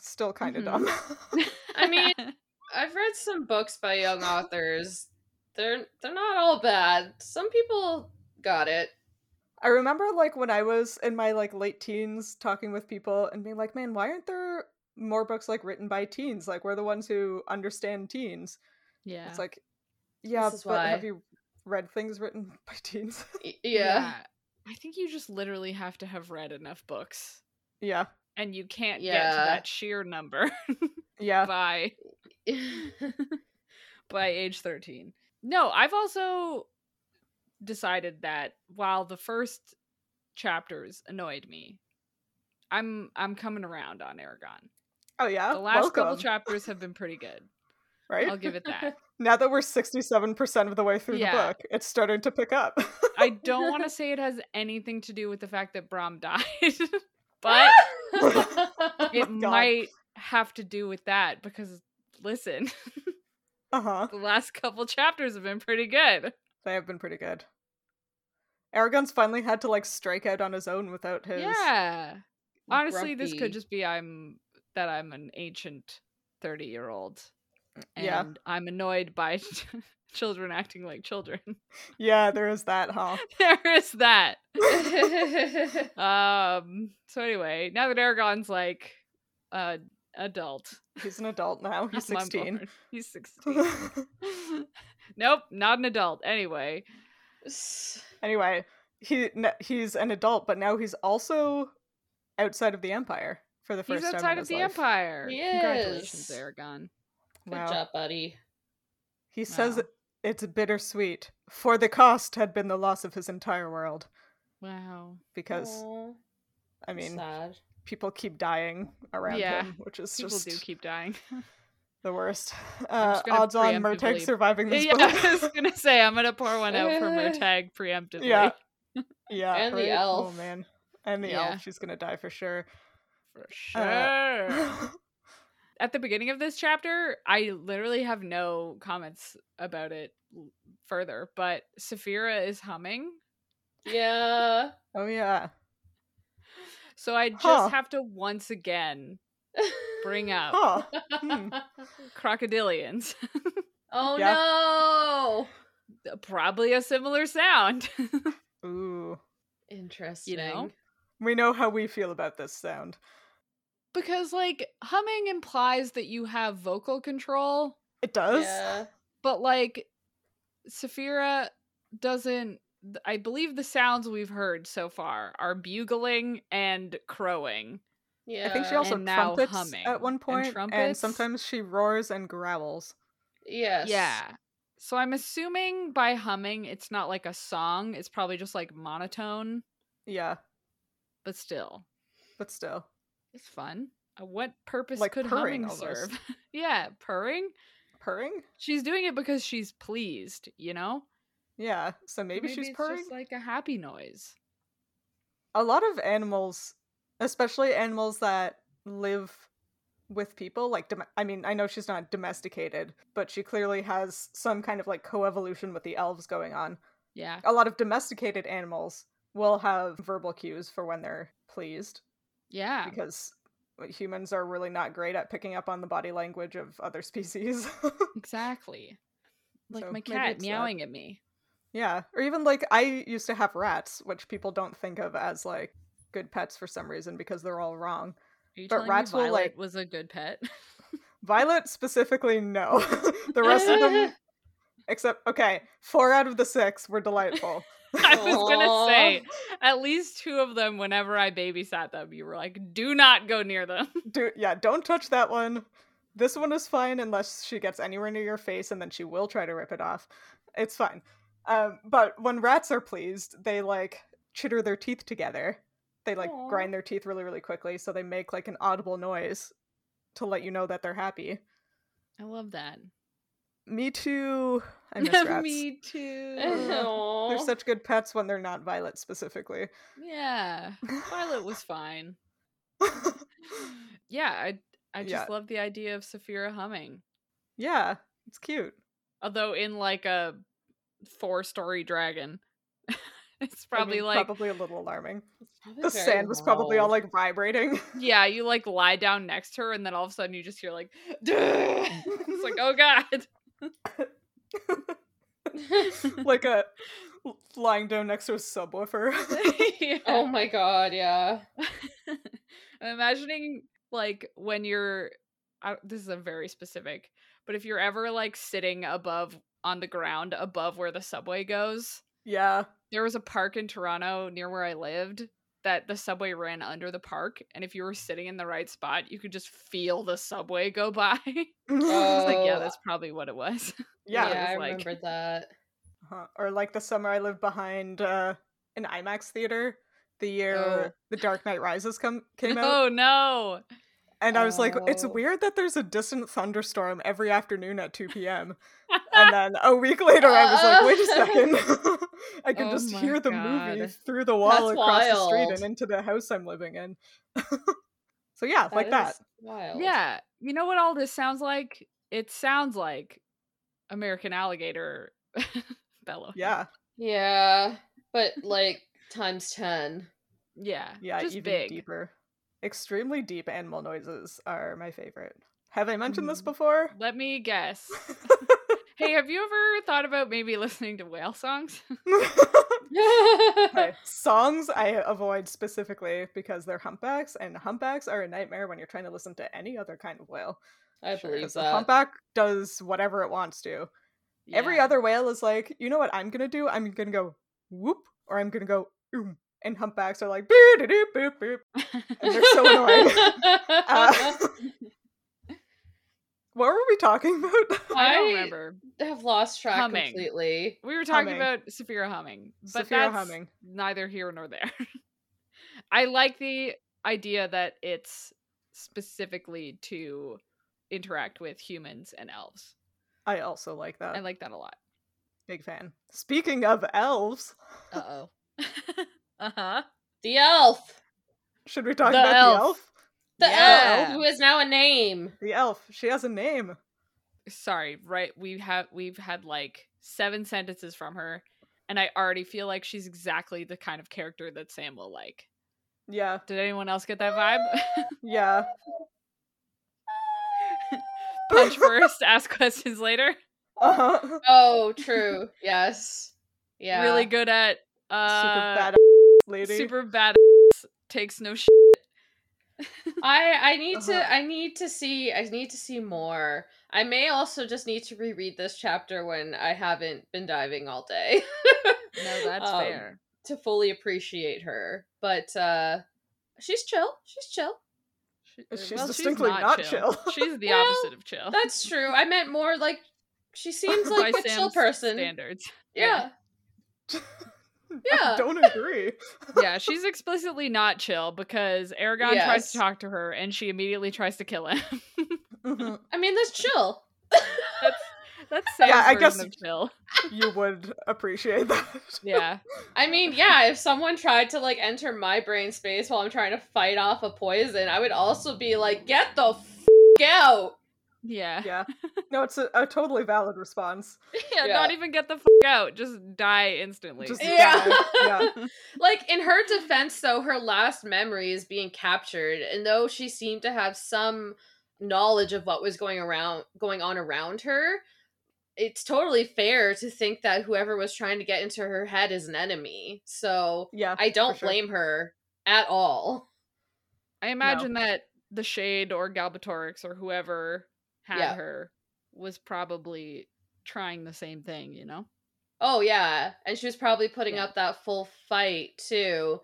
S3: still kind of
S1: Mhm.
S3: dumb.
S2: I mean, I've read some books by young authors. They're they're not all bad. Some people got it.
S3: I remember like when I was in my like late teens talking with people and being like, "Man, why aren't there more books like written by teens? Like we're the ones who understand teens."
S1: yeah.
S3: It's like, yeah,
S2: This is
S3: but have
S2: why.
S3: you read things written by teens?
S2: Y- Yeah.
S1: I think you just literally have to have read enough books
S3: yeah.
S1: and you can't get to
S2: Yeah.
S1: that sheer number
S3: Yeah.
S1: by by age 13. No, I've also decided that while the first chapters annoyed me, I'm I'm coming around on Aragon.
S3: Oh yeah.
S1: The last couple
S3: Welcome,
S1: chapters have been pretty good.
S3: right?
S1: I'll give it that.
S3: now that we're 67% of the way through
S1: Yeah.
S3: the book, it's starting to pick up.
S1: I don't want to say it has anything to do with the fact that Brom died, but it
S3: Oh God.
S1: might have to do with that because listen,
S3: uh-huh.
S1: the last couple chapters have been pretty good.
S3: They have been pretty good. Aragon's finally had to like strike out on his own without his
S1: Yeah. Honestly, this could
S2: Grumpy.
S1: just be I'm that I'm an ancient 30-year-old and
S3: Yeah.
S1: I'm annoyed by children acting like children.
S3: Yeah, there is that, huh?
S1: there is that. Um so anyway, now that Aragon's like uh adult.
S3: He's an adult now. He's
S1: I'm
S3: 16.
S1: bored. He's 16. nope, not an adult. Anyway,
S3: anyway, he n- he's an adult, but now he's also outside of the empire for the first
S1: he's
S3: time. in
S1: outside of
S3: his
S1: the
S3: life.
S1: empire.
S2: He
S1: Congratulations,
S2: is.
S1: Aragon.
S2: Good
S3: Wow.
S2: job, buddy.
S3: He says
S1: Wow.
S3: it's bittersweet, for the cost had been the loss of his entire world.
S1: Wow.
S3: Because
S1: Oh,
S2: Aw,
S3: I mean,
S2: sad.
S3: people keep dying around
S1: Yeah,
S3: him, which is
S1: People
S3: just
S1: do keep dying.
S3: the worst. Uh,
S1: just gonna
S3: odds on Murtag
S1: preemptively-
S3: surviving this
S1: Yeah, I was
S3: book.
S1: gonna say I'm gonna pour one out for
S2: Uh,
S1: Murtag preemptively.
S3: yeah. yeah.
S2: And the
S3: right?
S2: elf.
S3: Oh man. And the
S2: Yeah.
S3: elf. She's gonna die for sure. Oh,
S1: For sure. At the beginning of this chapter, I literally have no comments about it l- further, but Saphira is humming.
S2: Yeah.
S3: oh yeah.
S1: So I just
S3: Huh.
S1: have to once again bring up
S3: Huh. Hmm.
S1: crocodilians.
S2: oh
S3: Yeah.
S2: no.
S1: Probably a similar sound.
S3: Ooh.
S2: Interesting.
S3: We know how we feel about this sound.
S1: because like humming implies that you have vocal control,
S3: It does.
S2: Yeah.
S1: but like Saphira doesn't th- I believe the sounds we've heard so far are bugling and crowing.
S2: Yeah.
S3: I think she also
S1: And now
S3: trumpets
S1: humming.
S3: at one
S1: And
S3: point, and,
S1: trumpets.
S3: sometimes she roars and growls.
S2: Yes.
S1: Yeah. So I'm assuming by humming it's not like a song, it's probably just like monotone,
S3: Yeah,
S1: but still.
S3: but still,
S1: It's fun. Uh, What purpose
S3: Like
S1: could
S3: purring
S1: humming
S3: almost.
S1: serve? yeah, purring.
S3: purring.
S1: She's doing it because she's pleased, you know?
S3: Yeah, so maybe, she's
S1: it's
S3: purring.
S1: just like a happy noise.
S3: a lot of animals, especially animals that live with people, like dom- I mean, I know she's not domesticated, but she clearly has some kind of like coevolution with the elves going on.
S1: Yeah.
S3: A lot of domesticated animals will have verbal cues for when they're pleased
S1: Yeah.
S3: because uh, humans are really not great at picking up on the body language of other species.
S1: Exactly. Like
S3: So
S1: my
S3: maybe
S1: cat
S3: it's uh, that.
S1: meowing at me.
S3: Yeah, or even like I used to have rats, which people don't think of as like good pets for some reason because they're all wrong.
S1: Are you
S3: But
S1: telling me
S3: rats will,
S1: Violet
S3: like-
S1: was a good pet?
S3: Violet specifically, no. the rest of them, except okay, four out of the six were delightful.
S1: I was gonna say
S2: Aw.
S1: at least two of them. Whenever I babysat them, you were like, "Do not go near them."
S3: Do yeah, don't touch that one. This one is fine unless she gets anywhere near your face, and then she will try to rip it off. It's fine. Um, but when rats are pleased, they like chitter their teeth together. They like
S2: Aw.
S3: grind their teeth really, really quickly, so they make like an audible noise to let you know that they're happy.
S1: I love that.
S3: Me too. I miss rats.
S1: me too.
S2: Aw.
S3: They're such good pets when they're not Violet specifically.
S1: yeah, Violet was fine. Yeah, I I just
S3: Yeah.
S1: love the idea of Saphira humming,
S3: yeah, it's cute.
S1: although in like a four-story dragon. it's
S3: I
S1: probably
S3: mean,
S1: like
S3: probably a little alarming.
S2: It's probably
S3: The
S2: very
S3: sand was probably all
S2: loud.
S3: like vibrating.
S1: Yeah, you like lie down next to her, and then all of a sudden you just hear like, it's like, oh god.
S3: like a l- lying down next to a subwoofer.
S1: Yeah.
S2: oh my god, yeah.
S1: I'm imagining like when you're, I, this is a very specific, but if you're ever like sitting above on the ground above where the subway goes,
S3: yeah.
S1: there was a park in Toronto near where I lived that the subway ran under the park, and if you were sitting in the right spot, you could just feel the subway go by. I was like, yeah,
S2: Oh.
S1: that's probably what it was.
S3: Uh, yeah.
S2: Yeah, I
S1: it was like-
S2: remembered that.
S3: Uh-huh. Or like the summer I lived behind uh, an IMAX theater the year
S1: Oh.
S3: The Dark Knight Rises come came out.
S1: Oh no.
S3: And I was like, it's
S2: Oh.
S3: weird that there's a distant thunderstorm every afternoon at 2 p.m. and then a week later, I was like, wait a second. I can
S1: Oh
S3: just
S1: my
S3: hear the movie
S1: God.
S3: through the wall
S2: That's
S3: across the street
S2: wild.
S3: and into the house I'm living in. so, yeah, like
S2: is
S3: that.
S2: Wild.
S1: Yeah. You know what all this sounds like? It sounds like American alligator bellow.
S3: Yeah.
S2: Yeah. But like times ten.
S1: Yeah.
S3: Yeah.
S1: Just
S3: even
S1: big.
S3: deeper. Extremely deep animal noises are my favorite. Have I mentioned this
S1: Mhm.
S3: before?
S1: Let me guess. hey, have you ever thought about maybe listening to whale songs?
S3: Okay, Songs I avoid specifically because they're humpbacks, and humpbacks are a nightmare when you're trying to listen to any other kind of whale.
S2: I
S1: Sure,
S2: believe
S3: Because the
S2: that.
S3: humpback does whatever it wants to. Every
S1: Yeah.
S3: other whale is like, you know what I'm gonna do? I'm gonna go whoop, or I'm gonna go oom. And humpbacks are like, boo doo doo boop boop. And they're so annoying. Uh, what were we talking about?
S1: I don't
S2: I-
S1: remember.
S2: have lost track
S1: Humming.
S2: completely.
S1: We were talking
S3: Humming.
S1: about Saphira humming, but
S3: Saphira
S1: that's
S3: humming.
S1: neither here nor there. I like the idea that it's specifically to interact with humans and elves.
S3: I also like that.
S1: I like that a lot.
S3: Big fan. Speaking of elves,
S1: Uh oh. uh huh.
S2: The elf.
S3: should we talk
S1: The
S3: about
S1: elf.
S3: the elf?
S2: The
S1: Yeah.
S2: elf who is now a name.
S3: The elf. She has a name.
S1: Sorry, right? We have we've had like seven sentences from her, and I already feel like she's exactly the kind of character that Sam will like.
S3: Yeah,
S1: Did anyone else get that vibe?
S3: yeah.
S1: Punch first, ask questions later.
S3: Uh-huh.
S2: Oh, true. yes. Yeah.
S1: Really good at uh,
S3: super badass lady.
S1: super bad. Takes no shit.
S2: I I need
S3: Uh-huh.
S2: to I need to see I need to see more. I may also just need to reread this chapter when I haven't been diving all day.
S1: No, that's
S2: Um,
S1: fair.
S2: To fully appreciate her. But uh she's chill. She's chill.
S1: She-
S3: Uh, She's distinctly not chill.
S1: She's the
S2: Well,
S1: opposite of chill.
S2: That's true. I meant more like she seems
S1: By
S2: like a chill
S1: Sam's
S2: person.
S1: Standards.
S2: Yeah.
S3: I
S2: Yeah.
S3: don't agree.
S1: yeah, she's explicitly not chill because Aragon tries
S2: Yes.
S1: to talk to her and she immediately tries to kill him.
S3: Mhm.
S2: I mean that's chill.
S1: That's Sam's
S3: Yeah, I
S1: version
S3: guess-
S1: of chill.
S3: you would appreciate that.
S1: Yeah,
S2: I mean, yeah, if someone tried to like enter my brain space while I'm trying to fight off a poison, I would also be like, get the f out.
S1: yeah, yeah.
S3: Yeah. No, it's a, a totally valid response.
S1: Not
S2: Yeah.
S1: even get the f- out. Just die instantly.
S3: Just
S2: Yeah.
S3: die. Yeah.
S2: Like in her defense though, her last memory is being captured, and though she seemed to have some knowledge of what was going around going on around her, it's totally fair to think that whoever was trying to get into her head is an enemy. So
S3: Yeah.
S2: I don't
S3: sure.
S2: blame her at all.
S1: I imagine that the Shade or Galbatorix or whoever had
S2: Yeah.
S1: her was probably trying the same thing. You know.
S2: Oh yeah, and she was probably putting
S1: Yeah.
S2: up that full fight too,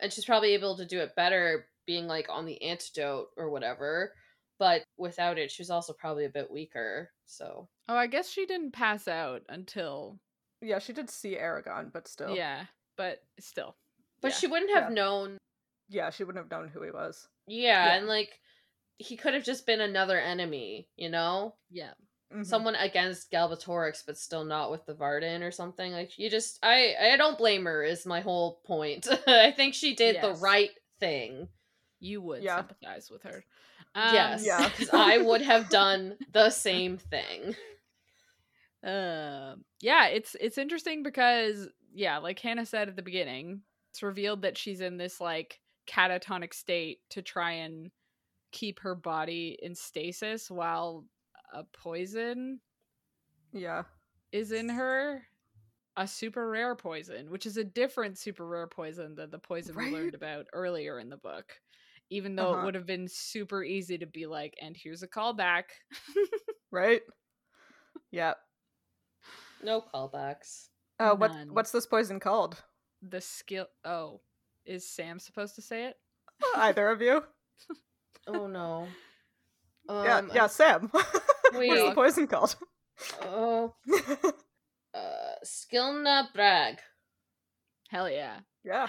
S2: and she's probably able to do it better being like on the antidote or whatever. But without it, she was also probably a bit weaker. So
S1: Oh, I guess she didn't pass out until
S3: Yeah, she did see Aragon, but still.
S1: yeah, but still.
S2: but
S1: Yeah,
S2: she wouldn't have
S3: yeah.
S2: known.
S3: Yeah, she wouldn't have known who he was.
S2: Yeah,
S1: Yeah.
S2: and like he could have just been another enemy, you know,
S1: Yeah. Mm-hmm.
S3: Mhm.
S2: someone against Galbatorix, but still not with the Varden or something. Like you just, I, I don't blame her. Is my whole point. I think she did
S1: Yes.
S2: the right thing.
S1: You would
S3: Yeah.
S1: sympathize with her. Um,
S2: yes,
S3: Yeah.
S2: 'cause I would have done the same thing.
S1: Um, yeah, it's it's interesting because yeah, like Hannah said at the beginning, it's revealed that she's in this like catatonic state to try and keep her body in stasis while a poison
S3: Mm-hmm. Yeah.
S1: is in her, a super rare poison, which is a different super rare poison than the poison we learned
S3: Right?
S1: about earlier in the book. Even though it
S3: Uh-huh.
S1: would have been super easy to be like, and here's a callback.
S3: Right? Yeah.
S2: No callbacks.
S3: Uh, what
S1: None.
S3: what's this poison called?
S1: the skill. Oh, is Sam supposed to say it?
S3: Either of you?
S2: Oh no. Um,
S3: yeah,
S2: I-
S3: yeah, Sam. what's the
S2: Wait.
S3: poison called?
S2: Oh, uh, Skilna Brag.
S1: Hell yeah.
S3: yeah.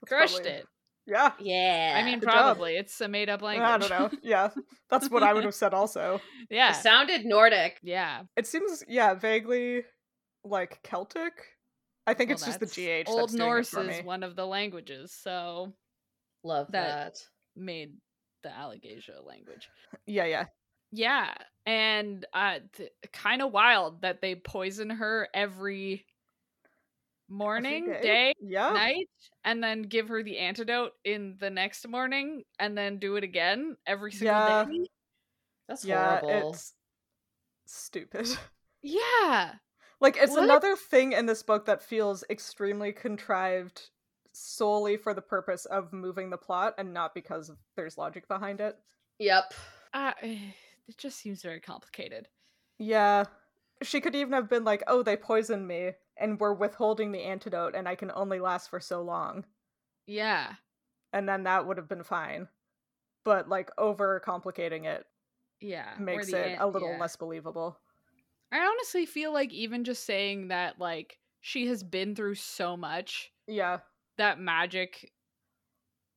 S3: That's
S1: Crushed
S3: probably-
S1: it.
S3: Yeah.
S2: Yeah.
S1: I mean,
S3: Good job.
S1: probably. It's a made up language.
S3: I don't know. Yeah. That's what I would have said also.
S2: It
S1: yeah.
S2: sounded Nordic.
S1: Yeah.
S3: It seems yeah, vaguely like Celtic. I think
S1: Well,
S3: it's just the
S1: that's-
S3: GH. that's
S1: Old
S3: doing it
S1: Norse
S3: for
S1: is
S3: me.
S1: one of the languages, so
S2: Love
S1: That-
S2: that.
S1: made the Allegasia language.
S3: Yeah, yeah.
S1: Yeah. And uh th- kind of wild that they poison her every
S3: Every
S1: morning, day,
S3: Yeah.
S1: night, and then give her the antidote in the next morning and then do it again every single
S3: Yeah.
S1: day.
S2: That's
S3: yeah,
S2: horrible.
S3: it's stupid.
S1: Yeah.
S3: Like it's
S1: What?
S3: another thing in this book that feels extremely contrived solely for the purpose of moving the plot and not because there's logic behind it.
S2: Yep.
S1: Uh, it just seems very complicated.
S3: Yeah. She could even have been like, "Oh, they poisoned me and we're withholding the antidote and I can only last for so long."
S1: Yeah.
S3: And then that would have been fine. But like overcomplicating it
S1: Yeah. Uh, or
S3: makes
S1: the
S3: it
S1: an-
S3: a little
S1: yeah.
S3: less believable.
S1: I honestly feel like even just saying that, like, she has been through so much
S3: Yeah.
S1: that magic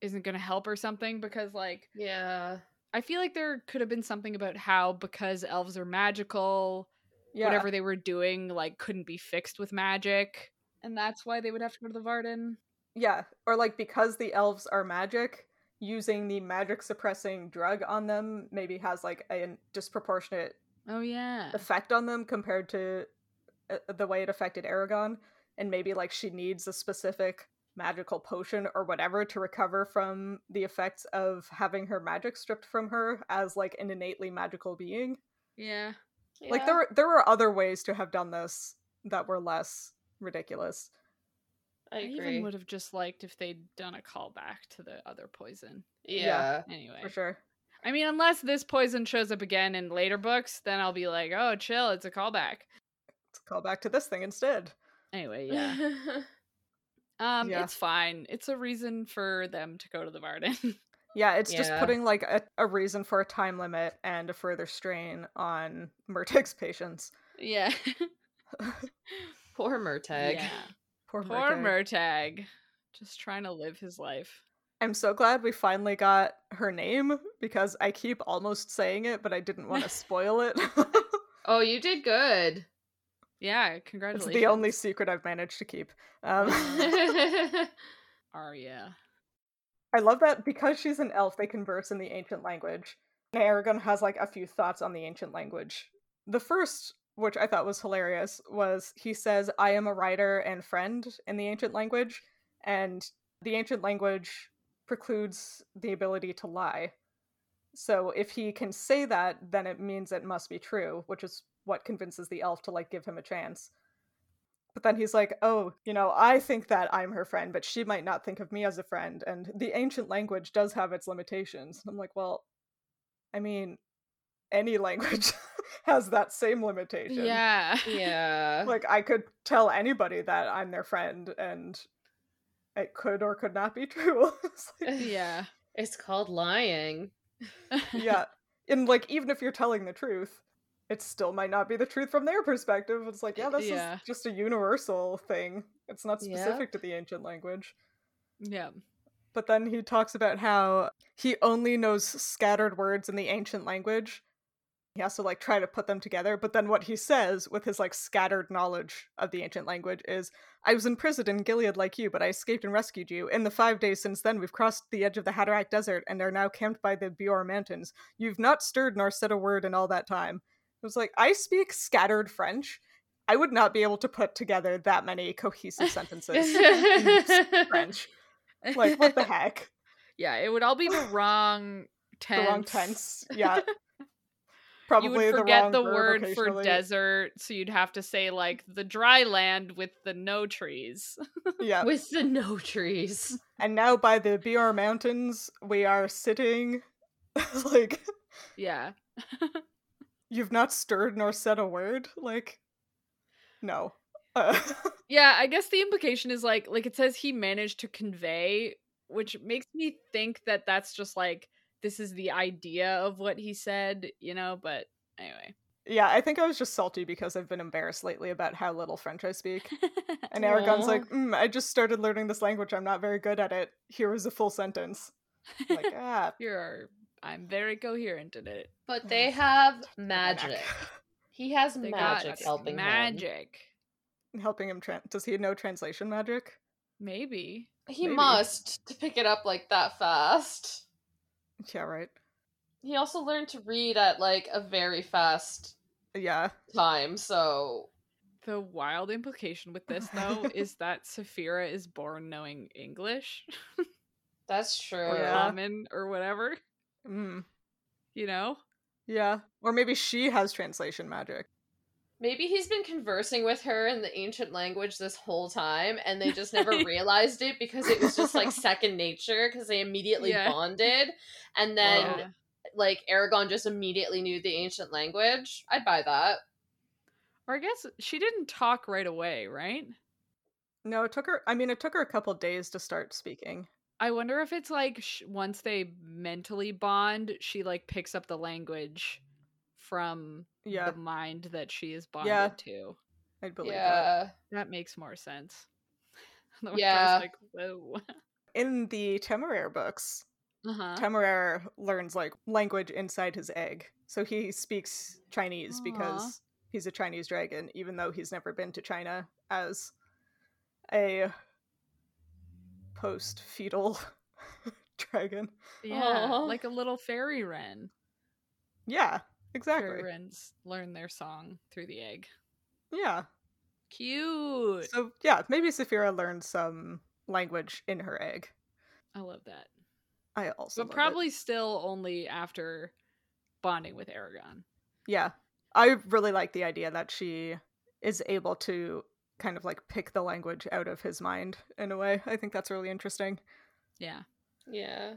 S1: isn't going to help or something because, like,
S2: Yeah.
S1: I feel like there could have been something about how because elves are magical, whatever they were doing like couldn't be fixed with magic, and that's why they would have to go to the Varden.
S3: Yeah, or like because the elves are magic, using the magic suppressing drug on them maybe has like a disproportionate
S1: Oh yeah.
S3: effect on them compared to uh, the way it affected Aragon and maybe like she needs a specific magical potion or whatever to recover from the effects of having her magic stripped from her as like an innately magical being.
S1: Yeah.
S3: Like there there were other ways to have done this that were less ridiculous.
S2: I
S1: I,
S2: agree.
S1: even would have just liked if they'd done a callback to the other poison.
S2: yeah.
S1: Anyway.
S3: For sure.
S1: I mean, unless this poison shows up again in later books, then I'll be like, oh, chill, it's a callback.
S3: Let's call back to this thing instead.
S1: Anyway, yeah. Um,
S3: Yeah.
S1: it's fine. It's a reason for them to go to the Varden.
S3: Yeah, it's just
S2: Yeah.
S3: putting like a, a reason for a time limit and a further strain on Murtag's patience.
S1: yeah.
S2: Poor Murtag.
S1: Yeah.
S3: Poor,
S1: Poor
S3: Murtag.
S1: Murtag. Just trying to live his life.
S3: I'm so glad we finally got her name because I keep almost saying it, but I didn't want to spoil it.
S2: Oh, you did good.
S1: Yeah,
S3: it's
S1: congratulations.
S3: the only secret I've managed to keep. Um,
S1: Arya.
S3: I love that because she's an elf, they converse in the ancient language. And Aragon has like a few thoughts on the ancient language. The first, which I thought was hilarious, was he says, I am a writer and friend in the ancient language, and the ancient language precludes the ability to lie. So if he can say that, then it means it must be true, which is what convinces the elf to like give him a chance. But then he's like, oh, you know, I think that I'm her friend, but she might not think of me as a friend. And the ancient language does have its limitations. And I'm like, well, I mean, any language has that same limitation.
S1: Yeah.
S2: yeah.
S3: Like, I could tell anybody that I'm their friend, and it could or could not be true. It's like,
S1: yeah.
S2: It's called lying.
S3: yeah. And, like, even if you're telling the truth, it still might not be the truth from their perspective. It's like, yeah, this
S1: Yeah.
S3: is just a universal thing, it's not
S2: Yeah.
S3: specific to the ancient language.
S1: Yeah.
S3: But then he talks about how he only knows scattered words in the ancient language. He has to like try to put them together. But then what he says with his like scattered knowledge of the ancient language is I was imprisoned in Gilead like you, but I escaped and rescued you. In the five days since then, we've crossed the edge of the Haderach Desert and are now camped by the Bior Mountains. You've not stirred nor said a word in all that time. It was like, I speak scattered French. I would not be able to put together that many cohesive sentences in French. Like, what the heck?
S1: Yeah, it would all be the wrong tense.
S3: the wrong tense. Yeah. Probably
S1: you would forget
S3: wrong
S1: the,
S3: verb
S1: word for
S3: occasionally.
S1: desert, so you'd have to say like the dry land with the no trees.
S3: Yeah.
S2: With the no trees.
S3: And now by the BR Mountains, we are sitting like
S1: Yeah.
S3: you've not stirred nor said a word. Like no. Uh,
S1: Yeah, I guess the implication is like like it says he managed to convey, which makes me think that that's just like this is the idea of what he said, you know, but anyway.
S3: yeah, I think I was just salty because I've been embarrassed lately about how little French I speak. And Aragon's
S2: Aw.
S3: like, mm, I just started learning this language. I'm not very good at it. Here is a full sentence. I'm like, ah,
S1: You're I'm very coherent in it.
S2: But they have
S3: Arnak.
S2: magic. He has
S1: They got
S2: magic helping him.
S1: magic.
S3: Helping him. Tran- Does he know translation magic?
S1: Maybe.
S2: He
S3: Maybe.
S2: must to pick it up like that fast.
S3: Yeah, right.
S2: He also learned to read at like a very fast
S3: Yeah.
S2: time, so
S1: The wild implication with this though is that Saphira is born knowing English
S2: that's true.
S1: or
S3: Yeah.
S1: common or whatever,
S3: Mm.
S1: you know?
S3: Yeah. Or maybe she has translation magic.
S2: Maybe he's been conversing with her in the ancient language this whole time and they just never realized it because it was just like second nature because they immediately
S1: Yeah.
S2: bonded and then
S1: Yeah.
S2: like Aragon just immediately knew the ancient language. I'd buy that.
S1: Or I guess she didn't talk right away, right?
S3: No, it took her I mean it took her a couple days to start speaking.
S1: I wonder if it's like sh- once they mentally bond, she like picks up the language from
S3: Yeah,
S1: the mind that she is bonded
S3: Yeah.
S1: to.
S3: I believe that.
S2: yeah.
S1: That makes more sense. Otherwise I
S2: Yeah.
S1: was like, whoa.
S3: In the Temeraire books,
S2: Uh-huh.
S3: Temeraire learns like language inside his egg. So he speaks Chinese because he's a Chinese dragon, even though he's never been to China as a post fetal dragon.
S1: Yeah,
S2: Aw.
S1: like a little fairy wren.
S3: Yeah,
S1: Fairy
S3: exactly.
S1: wrens learn their song through the egg.
S3: Yeah.
S1: Cute.
S3: So yeah, maybe Saphira learned some language in her egg.
S1: I love that.
S3: I also
S1: But
S3: love it.
S1: probably still only after bonding with Aragon.
S3: Yeah. I really like the idea that she is able to kind of like pick the language out of his mind in a way. I think that's really interesting.
S1: Yeah.
S2: Yeah.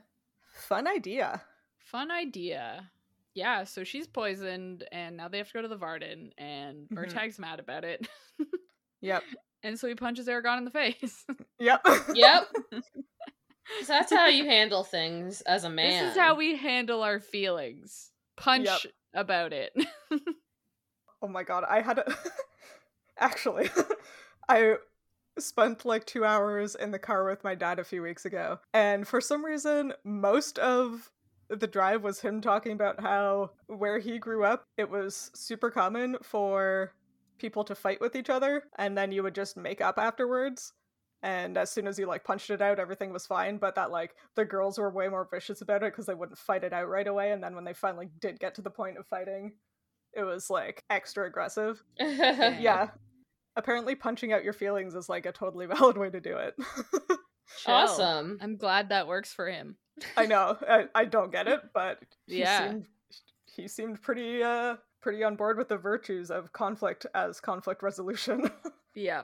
S3: Fun idea.
S1: Fun idea. Yeah, so she's poisoned and now they have to go to the Varden and
S3: Mhm.
S2: Mm-hmm.
S1: Murtag's mad about it.
S3: Yep.
S1: and so he punches Aragon in the face.
S3: Yep.
S2: Yep. 'Cause that's how you handle things as a man.
S1: This is how we handle our feelings. Punch about it.
S3: Oh my god, I had a... actually I spent like 2 hours in the car with my dad a few weeks ago and for some reason most of the drive was him talking about how where he grew up it was super common for people to fight with each other and then you would just make up afterwards and as soon as you like punched it out everything was fine but that like the girls were way more vicious about it because they wouldn't fight it out right away and then when they finally did get to the point of fighting it was like extra aggressive
S1: Yeah.
S3: yeah apparently punching out your feelings is like a totally valid way to do it
S1: Chill.
S2: awesome.
S1: I'm glad that works for him.
S3: i know I, I don't get it but he
S1: Yeah.
S3: seemed he seemed pretty uh pretty on board with the virtues of conflict as conflict resolution
S1: Yeah.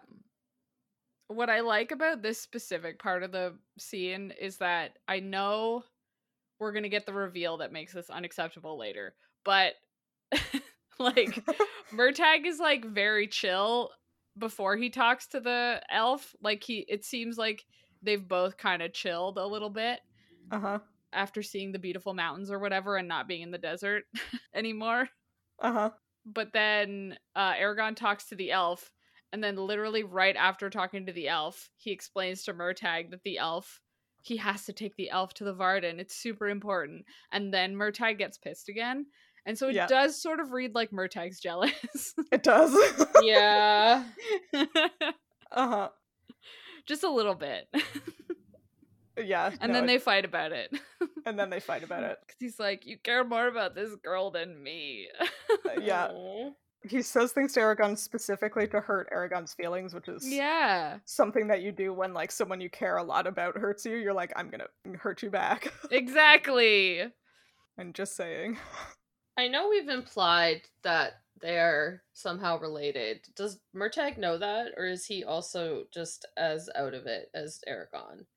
S1: What I like about this specific part of the scene is that I know we're going to get the reveal that makes this unacceptable later, but like Murtag is like very chill before he talks to the elf. Like he it seems like they've both kind of chilled a little bit
S3: uh-huh
S1: after seeing the beautiful mountains or whatever and not being in the desert anymore.
S3: uh-huh
S1: But then uh, Aragon talks to the elf, and then literally right after talking to the elf, he explains to Murtag that the elf he has to take the elf to the Varden. It's super important. And then Murtag gets pissed again. And so it
S3: Yeah.
S1: does sort of read like Murtag's jealous.
S3: it does
S2: yeah.
S3: uh-huh
S1: Just a little bit.
S3: yeah
S1: And then they fight about it.
S3: they and then they fight about it
S1: Because he's like, You care more about this girl than me.
S3: Uh, yeah
S2: Aw.
S3: he says things to aragon specifically to hurt aragon's feelings which is
S1: yeah.
S3: something that you do when like someone you care a lot about hurts you you're like i'm gonna hurt you back
S1: Exactly.
S3: i'm just saying
S2: I know we've implied that they're somehow related. Does Murtag know that, or is he also just as out of it as Aragon?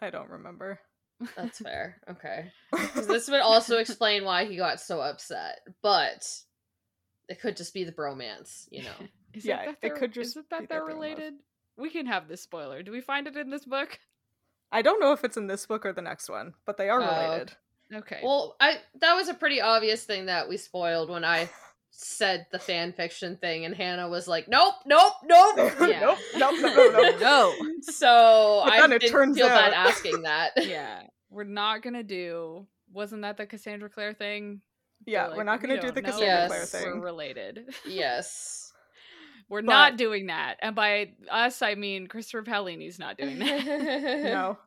S3: i don't remember
S2: That's fair. Okay. 'Cause this would also explain why he got so upset, but it could just be the bromance, you know.
S1: Is
S3: Yeah,
S1: that
S3: it
S1: they're-
S3: could just
S1: isn't
S3: be
S1: that
S3: that
S1: they're
S3: they're in love.
S1: related? We can have this spoiler. Do we find it in this book?
S3: i don't know if it's in this book or the next one but they are
S2: Oh, okay.
S3: related
S1: Okay.
S2: Well, I that was a pretty obvious thing that we spoiled when I said the fan fiction thing and Hannah was like, "Nope, nope, nope."
S1: Yeah.
S3: nope nope no no no
S1: No.
S2: So
S3: But
S2: I
S3: then it
S2: didn't
S3: turns
S2: feel bad
S3: out-
S2: asking that.
S1: yeah. We're not gonna do wasn't that the Cassandra Clare thing?
S3: yeah
S1: They're
S3: we're
S1: like,
S3: not
S1: "We
S3: gonna do
S1: don't
S3: the
S1: know
S3: cassandra
S1: if
S3: clare
S2: Yes.
S1: We're
S3: thing
S1: related.
S2: yes.
S1: We're
S3: But-
S1: not doing that. And by us I mean Christopher Paolini's not doing that.
S3: no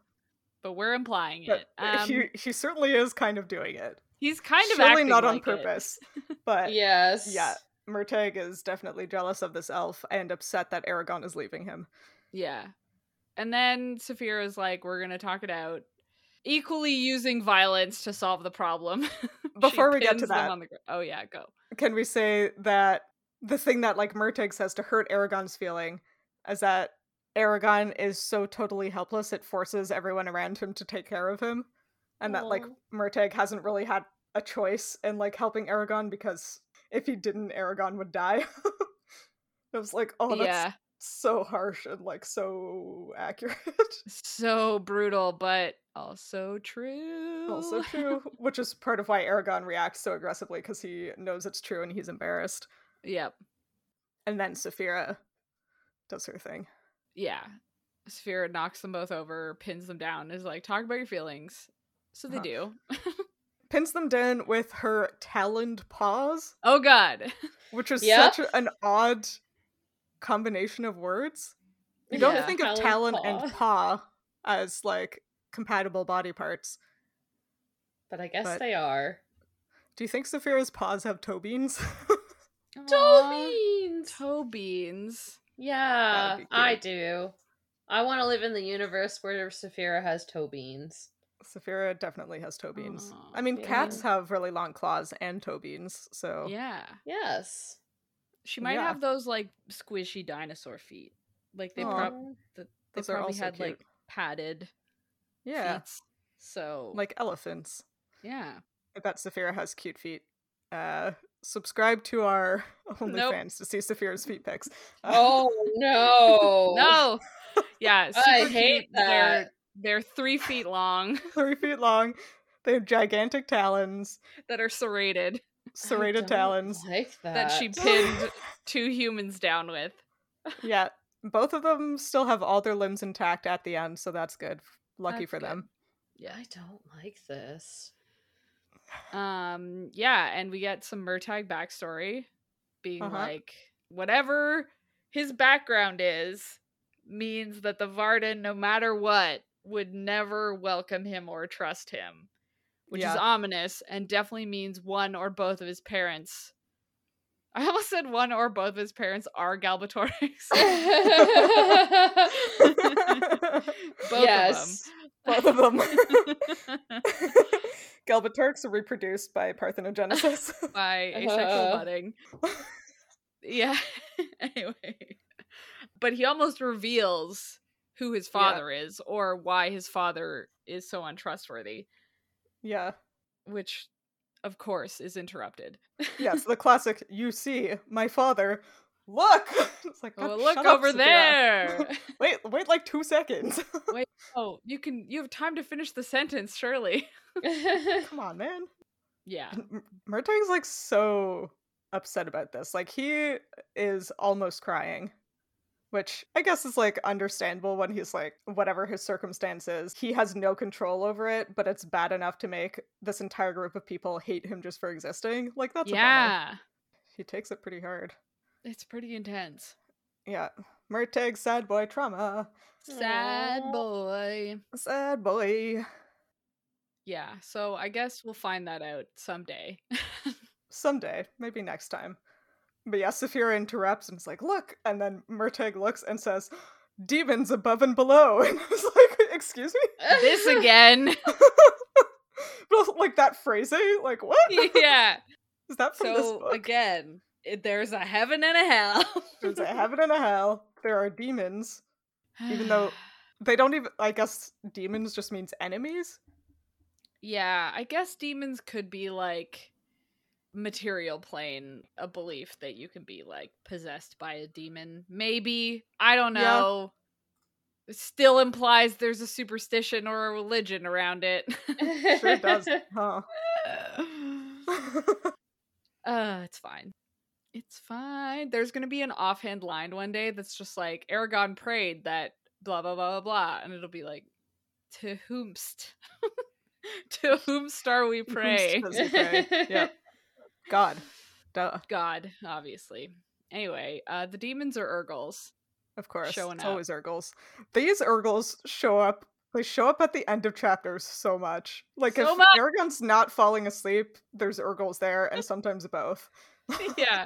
S1: but we're implying
S3: but
S1: it. Um,
S3: he, he certainly is kind of doing it
S1: he's kind of
S3: surely
S1: acting
S3: not on
S1: like it.
S3: purpose but
S2: Yes.
S3: yeah Murtag is definitely jealous of this elf and upset that Aragon is leaving him.
S1: Yeah. And then Saphira is like, we're going to talk it out, equally using violence to solve the problem. She
S3: Before we get to
S1: pins them
S3: that,
S1: on the gr- oh, yeah, go.
S3: can we say that the thing that like Murtag says to hurt Aragon's feeling is that Aragon is so totally helpless it forces everyone around him to take care of him and that like
S2: Aw.
S3: Murtag hasn't really had a choice in like helping Aragon because if he didn't Aragon would die. it was like oh that's
S1: yeah.
S3: so harsh and like so accurate.
S1: So brutal, but also true.
S3: also true, which is part of why Aragon reacts so aggressively cuz he knows it's true and he's embarrassed.
S1: Yep.
S3: And then Saphira does her thing.
S1: Yeah. Saphira knocks them both over, pins them down, is like, talk about your feelings. So they
S3: Huh.
S1: do.
S3: Pins them down with her taloned paws,
S1: Oh god.
S3: which is
S2: Yep.
S3: such an odd combination of words. You don't
S1: Yeah,
S3: think of
S2: talon,
S3: talon and paw as like compatible body parts.
S2: But I guess
S3: but-
S2: they are.
S3: Do you think Saphira's paws have toe beans?
S2: Toe
S1: Aw,
S2: beans!
S1: Toe beans.
S2: Yeah,
S3: be
S2: I
S3: cute.
S2: do. I want to live in the universe where Saphira has toe beans.
S3: Saphira definitely has toe beans.
S1: Aw,
S3: I mean,
S2: yeah.
S3: cats have really long claws and toe beans, so
S1: Yeah.
S2: Yes.
S1: She might
S3: Yeah.
S1: have those like squishy dinosaur feet. Like they,
S3: Aw.
S1: prob-
S2: Um,
S1: they
S3: those are
S1: probably
S3: also
S1: had like
S3: cute.
S1: padded
S3: yeah,
S1: feet. So
S3: like elephants.
S1: yeah.
S3: I bet Saphira has cute feet. Uh, subscribe to our OnlyFans to see Saphira's feet pics. Uh,
S2: oh no.
S1: No. Yeah. Super
S2: I
S1: cute.
S2: hate
S1: They're
S2: that.
S1: they're three feet long
S3: three feet long. They have gigantic talons,
S1: that are serrated
S2: I
S3: serrated
S2: don't
S3: talons.
S2: Like that.
S1: that she pinned two humans down with.
S3: Yeah, both of them still have all their limbs intact at the end, so that's good. Lucky
S1: That's
S3: for
S1: good.
S3: them.
S1: Yeah.
S2: I don't like this.
S1: Um, yeah, and we get some Murtag backstory being
S3: Uh-huh.
S1: like, whatever his background is, means that the Varden, no matter what, would never welcome him or trust him, which is
S3: Yeah.
S1: ominous and definitely means one or both of his parents. I almost said one or both of his parents are Galbatorix. both
S2: yes.
S3: both of them.
S1: of them.
S3: Galbatorix are reproduced by parthenogenesis.
S1: by asexual
S3: Uh-huh.
S2: Uh.
S1: budding. yeah. anyway. But he almost reveals who his
S3: Yeah.
S1: father is or why his father is so untrustworthy,
S3: yeah.
S1: which of course is interrupted.
S3: Yes, the classic, you see, my father, look! It's like,
S1: Oh,
S3: "God,
S1: look
S3: shut up,
S1: over
S3: Saphira."
S1: there.
S3: Wait, wait like two seconds.
S1: oh, you can you have time to finish the sentence, surely.
S3: Come on, man.
S1: Yeah.
S3: M- Murtag's like so upset about this. Like he is almost crying, which I guess is like understandable when he's like whatever his circumstances, he has no control over it, but it's bad enough to make this entire group of people hate him just for existing. Like that's a bummer.
S1: yeah.
S3: He takes it pretty hard.
S1: It's pretty intense.
S3: Yeah. Murtag sad boy trauma.
S1: Sad
S2: Aw.
S1: boy.
S3: Sad boy.
S1: Yeah, so I guess we'll find that out someday.
S3: someday, maybe next time. But yeah, Saphira interrupts and is like, look, and then Murtag looks and says, demons above and below. And I was like, excuse me?
S1: this again.
S3: But also, like that phrasing, like what? Is
S1: yeah.
S3: that from this
S1: So
S3: book?
S1: again, it, there's a heaven and a hell.
S3: There's a heaven and a hell. There are demons. Even though- They don't even I guess demons just means enemies.
S1: yeah, I guess demons could be like material plane, a belief that you can be like possessed by a demon. Maybe I don't
S3: Yeah.
S1: know. It still implies there's a superstition or a religion around it.
S3: Sure does. Huh.
S1: uh, it's fine. It's fine. There's gonna be an offhand line one day that's just like Aragon prayed that blah blah blah blah blah, and it'll be like to whomst. to whomst are we praying?
S3: Does he pray? yeah. God. Duh.
S1: God, obviously. Anyway, uh the demons are Urgles.
S3: Of course.
S1: showing
S3: it's
S1: up.
S3: always Urgles. These Urgles show up. They show up at the end of chapters so much. Like
S1: So
S3: if
S1: much!
S3: Aragon's not falling asleep, there's Urgles there, and sometimes both.
S1: yeah.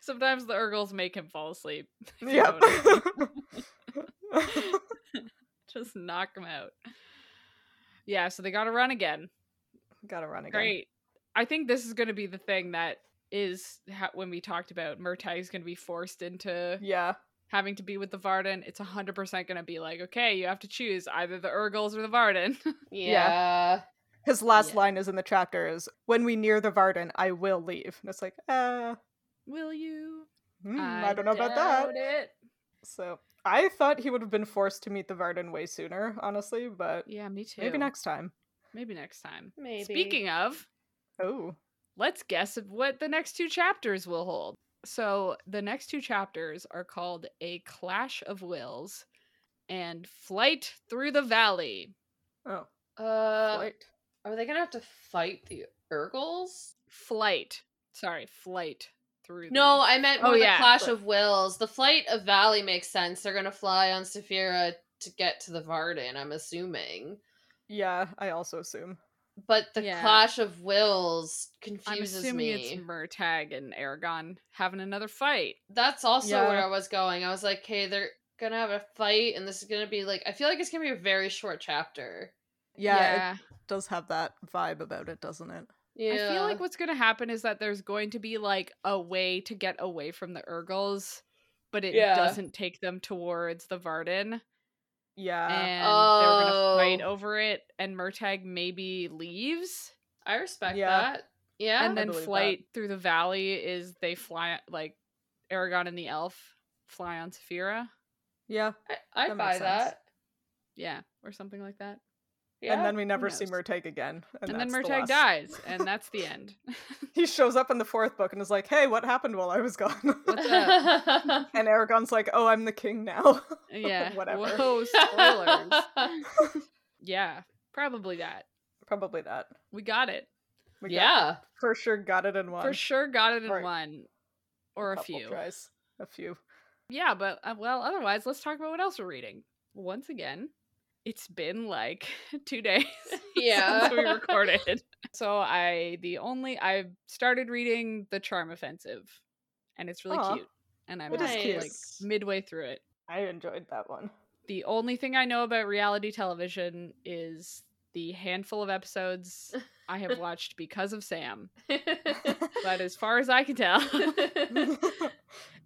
S1: Sometimes the Urgles make him fall asleep. if you
S3: yep.
S1: notice. just knock him out. Yeah, so they gotta run again.
S3: Gotta run again.
S1: Great. I think this is going to be the thing that is ha- when we talked about Murtag is going to be forced into
S3: Yeah.
S1: having to be with the Varden. It's 100% going to be like, okay, you have to choose either the Urgles or the Varden.
S2: Yeah.
S3: His last
S1: Yeah.
S3: line is in the chapter is when we near the Varden, I will leave. And it's like, uh
S1: Will you?
S3: hmm, I, don't know about
S1: doubt
S3: that.
S1: it.
S3: So I thought he would have been forced to meet the Varden way sooner, honestly, but
S1: Yeah, me too.
S3: maybe next time.
S1: Maybe next time.
S2: Maybe.
S1: Speaking of,
S3: Oh.
S1: let's guess of what the next two chapters will hold. So the next two chapters are called A Clash of Wills and Flight Through the Valley.
S3: Oh.
S2: Uh,
S3: Flight.
S2: Are they gonna have to fight the Urgles?
S1: Flight. Sorry, flight through.
S2: No,
S1: the-
S2: I meant
S1: Oh,
S2: more the
S1: yeah,
S2: clash
S1: but-
S2: of wills. The flight of Valley makes sense. They're gonna fly on Saphira to get to the Varden, I'm assuming.
S3: Yeah, I also assume.
S2: But the
S1: Yeah.
S2: clash of wills
S1: I'm
S2: confuses
S1: assuming
S2: me.
S1: it's Murtag and Aragon having another fight.
S2: That's also where
S3: Yeah.
S2: I was going. I was like, hey, they're gonna have a fight, and this is gonna be like I feel like it's gonna be a very short chapter.
S3: Yeah, it does have that vibe about it, doesn't it?
S2: Yeah.
S1: I feel like what's going to happen is that there's going to be like a way to get away from the Urgles, but it
S2: Yeah.
S1: doesn't take them towards the Varden.
S3: Yeah.
S1: And they're going to fight
S2: Oh.
S1: over it. And Murtag maybe leaves.
S2: I respect
S3: Yeah.
S2: that. Yeah.
S1: and
S3: I
S1: then
S3: believe that.
S1: flight through the valley is they fly, like Aragon and the elf fly on Saphira.
S3: yeah.
S2: I,
S3: that
S2: I'd
S3: makes
S2: buy
S3: sense.
S2: that.
S1: Yeah. Or something like that.
S2: Yeah.
S3: And then we never
S1: who
S3: see
S1: knows?
S3: Murtag again. And,
S1: And, then
S3: that's the
S1: Murtag
S3: last-
S1: dies. And that's the end.
S3: He shows up in the fourth book and is like, hey, what happened while I was gone?
S1: What's up?
S3: and Aragon's like, oh, I'm the king now.
S1: yeah.
S3: Whatever.
S1: Whoa, spoilers. yeah. Probably that.
S3: Probably that.
S1: We got it.
S3: We got,
S2: yeah.
S3: for sure got it in one.
S1: For sure got it in
S3: Or-
S1: one. Or a,
S3: couple
S1: few.
S3: tries. A few.
S1: Yeah, but uh, well, otherwise, let's talk about what else we're reading. Once again, it's been like two days
S2: Yeah.
S1: since we recorded. So I the only I started reading The Charm Offensive and it's really
S3: Aw.
S1: cute. And I'm
S3: It is
S1: just
S3: cute.
S1: like midway through it.
S3: I enjoyed that one.
S1: The only thing I know about reality television is the handful of episodes I have watched because of Sam. But as far as I can tell,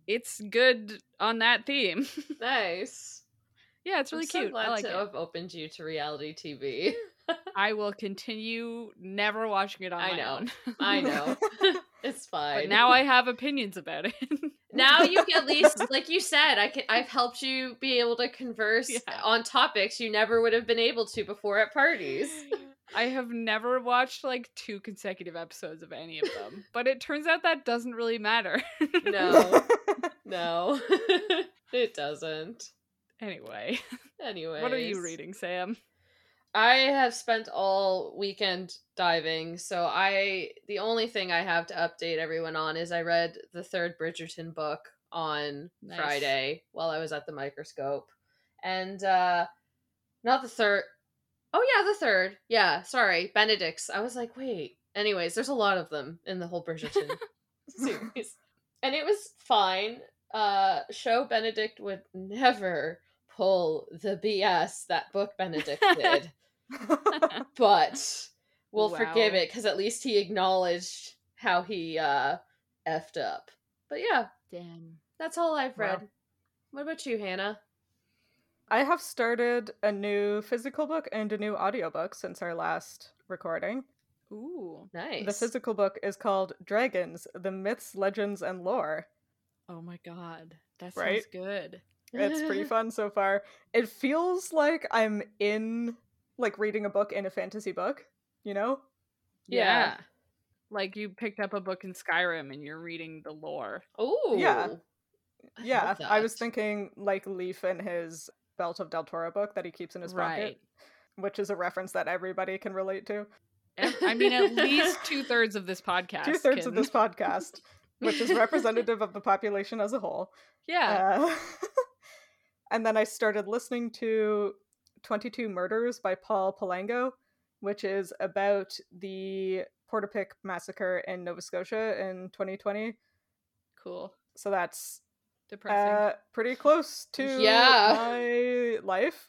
S1: it's good on that theme.
S2: nice.
S1: Yeah, it's really
S2: I'm so
S1: cute.
S2: glad
S1: I like
S2: to
S1: it.
S2: have opened you to reality TV.
S1: I will continue never watching it on
S2: I
S1: my
S2: know.
S1: own.
S2: I know. it's fine.
S1: But now I have opinions about it.
S2: now you can at least like you said i can i've helped you be able to converse
S1: Yeah.
S2: on topics you never would have been able to before at parties
S1: I have never watched like two consecutive episodes of any of them. But it turns out that doesn't really matter.
S2: no no it doesn't
S1: anyway,
S2: anyway
S1: what are you reading, Sam?
S2: i have spent all weekend diving so i the only thing i have to update everyone on is i read the third bridgerton book on
S1: Nice.
S2: friday while i was at the microscope and uh not the third oh yeah the third yeah sorry benedict's i was like wait anyways there's a lot of them in the whole bridgerton series and it was fine uh show benedict would never pull the bs that book benedict did but we'll forgive
S1: Wow.
S2: it because at least he acknowledged how he uh effed up but yeah
S1: Damn.
S2: that's all i've
S3: Wow.
S2: read what about you hannah
S3: I have started a new physical book and a new audiobook since our last recording.
S1: Ooh.
S2: nice
S3: The physical book is called Dragons, the Myths, Legends, and Lore.
S1: Oh my god. That sounds
S3: Right?
S1: good.
S3: It's pretty fun so far. It feels like I'm in, like, reading a book in a fantasy book, you know?
S2: Yeah.
S1: Like you picked up a book in Skyrim and you're reading the lore.
S2: oh
S3: Yeah. yeah,
S2: love
S3: I was
S2: that.
S3: thinking, like, Leaf and his Belt of Del Toro book that he keeps in his pocket, which is a reference that everybody can relate to.
S1: Ev- I mean, at least two thirds of this podcast.
S3: Two thirds of
S1: can-
S3: this podcast, which is representative of the population as a whole.
S1: Yeah.
S3: Uh, and then I started listening to 22 Murders by Paul Palango, which is about the Portapic massacre in Nova Scotia in 2020.
S1: cool.
S3: So that's
S1: Depressing.
S3: uh, pretty close to
S2: Yeah.
S3: my life.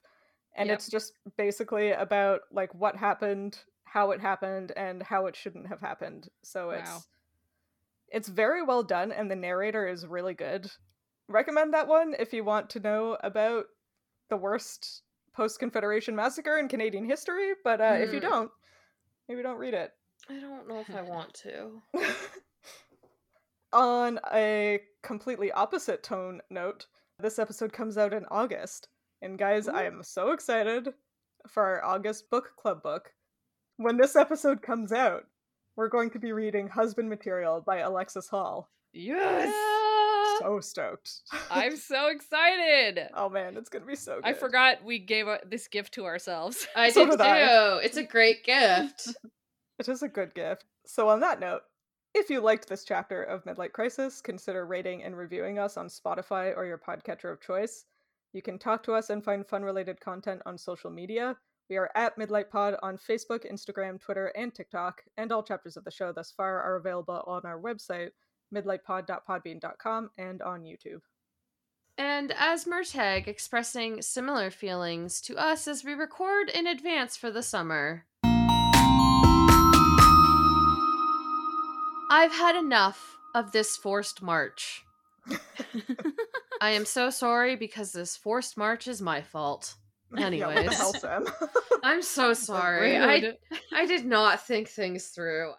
S3: And
S1: Yep.
S3: it's just basically about like what happened, how it happened, and how it shouldn't have happened. So it's
S1: Wow.
S3: it's very well done, and the narrator is really good. Recommend that one if you want to know about the worst post Confederation massacre in Canadian history. But uh, if you
S1: Mm.
S2: Mhm.
S3: don't, maybe don't read it.
S2: i don't know if i want to
S3: On a completely opposite tone note, this episode comes out in August. And guys, I am so excited for our August book club book. When this episode comes out, we're going to be reading Husband Material by Alexis Hall.
S1: yes.
S2: Uh.
S3: so stoked.
S1: I'm so excited.
S3: oh man, it's gonna be so good.
S1: I forgot we gave uh, this gift to ourselves.
S2: I
S3: So
S2: did too.
S3: did I.
S2: It's a great gift.
S3: It is a good gift. So, on that note, if you liked this chapter of Midlight Crisis, consider rating and reviewing us on Spotify or your podcatcher of choice. You can talk to us and find fun related content on social media. We are at Midlight Pod on Facebook, Instagram, Twitter, and TikTok, and all chapters of the show thus far are available on our website, midlightpod.podbean.com, and on YouTube.
S2: And as Mertag expressing similar feelings to us as we record in advance for the summer. I've had enough of this forced march. I am so sorry because this forced march is my fault.
S3: yeah, what the
S2: Anyways.
S3: hell, Sam?
S2: I'm so sorry. I,
S1: Rude.
S2: I did not think things through.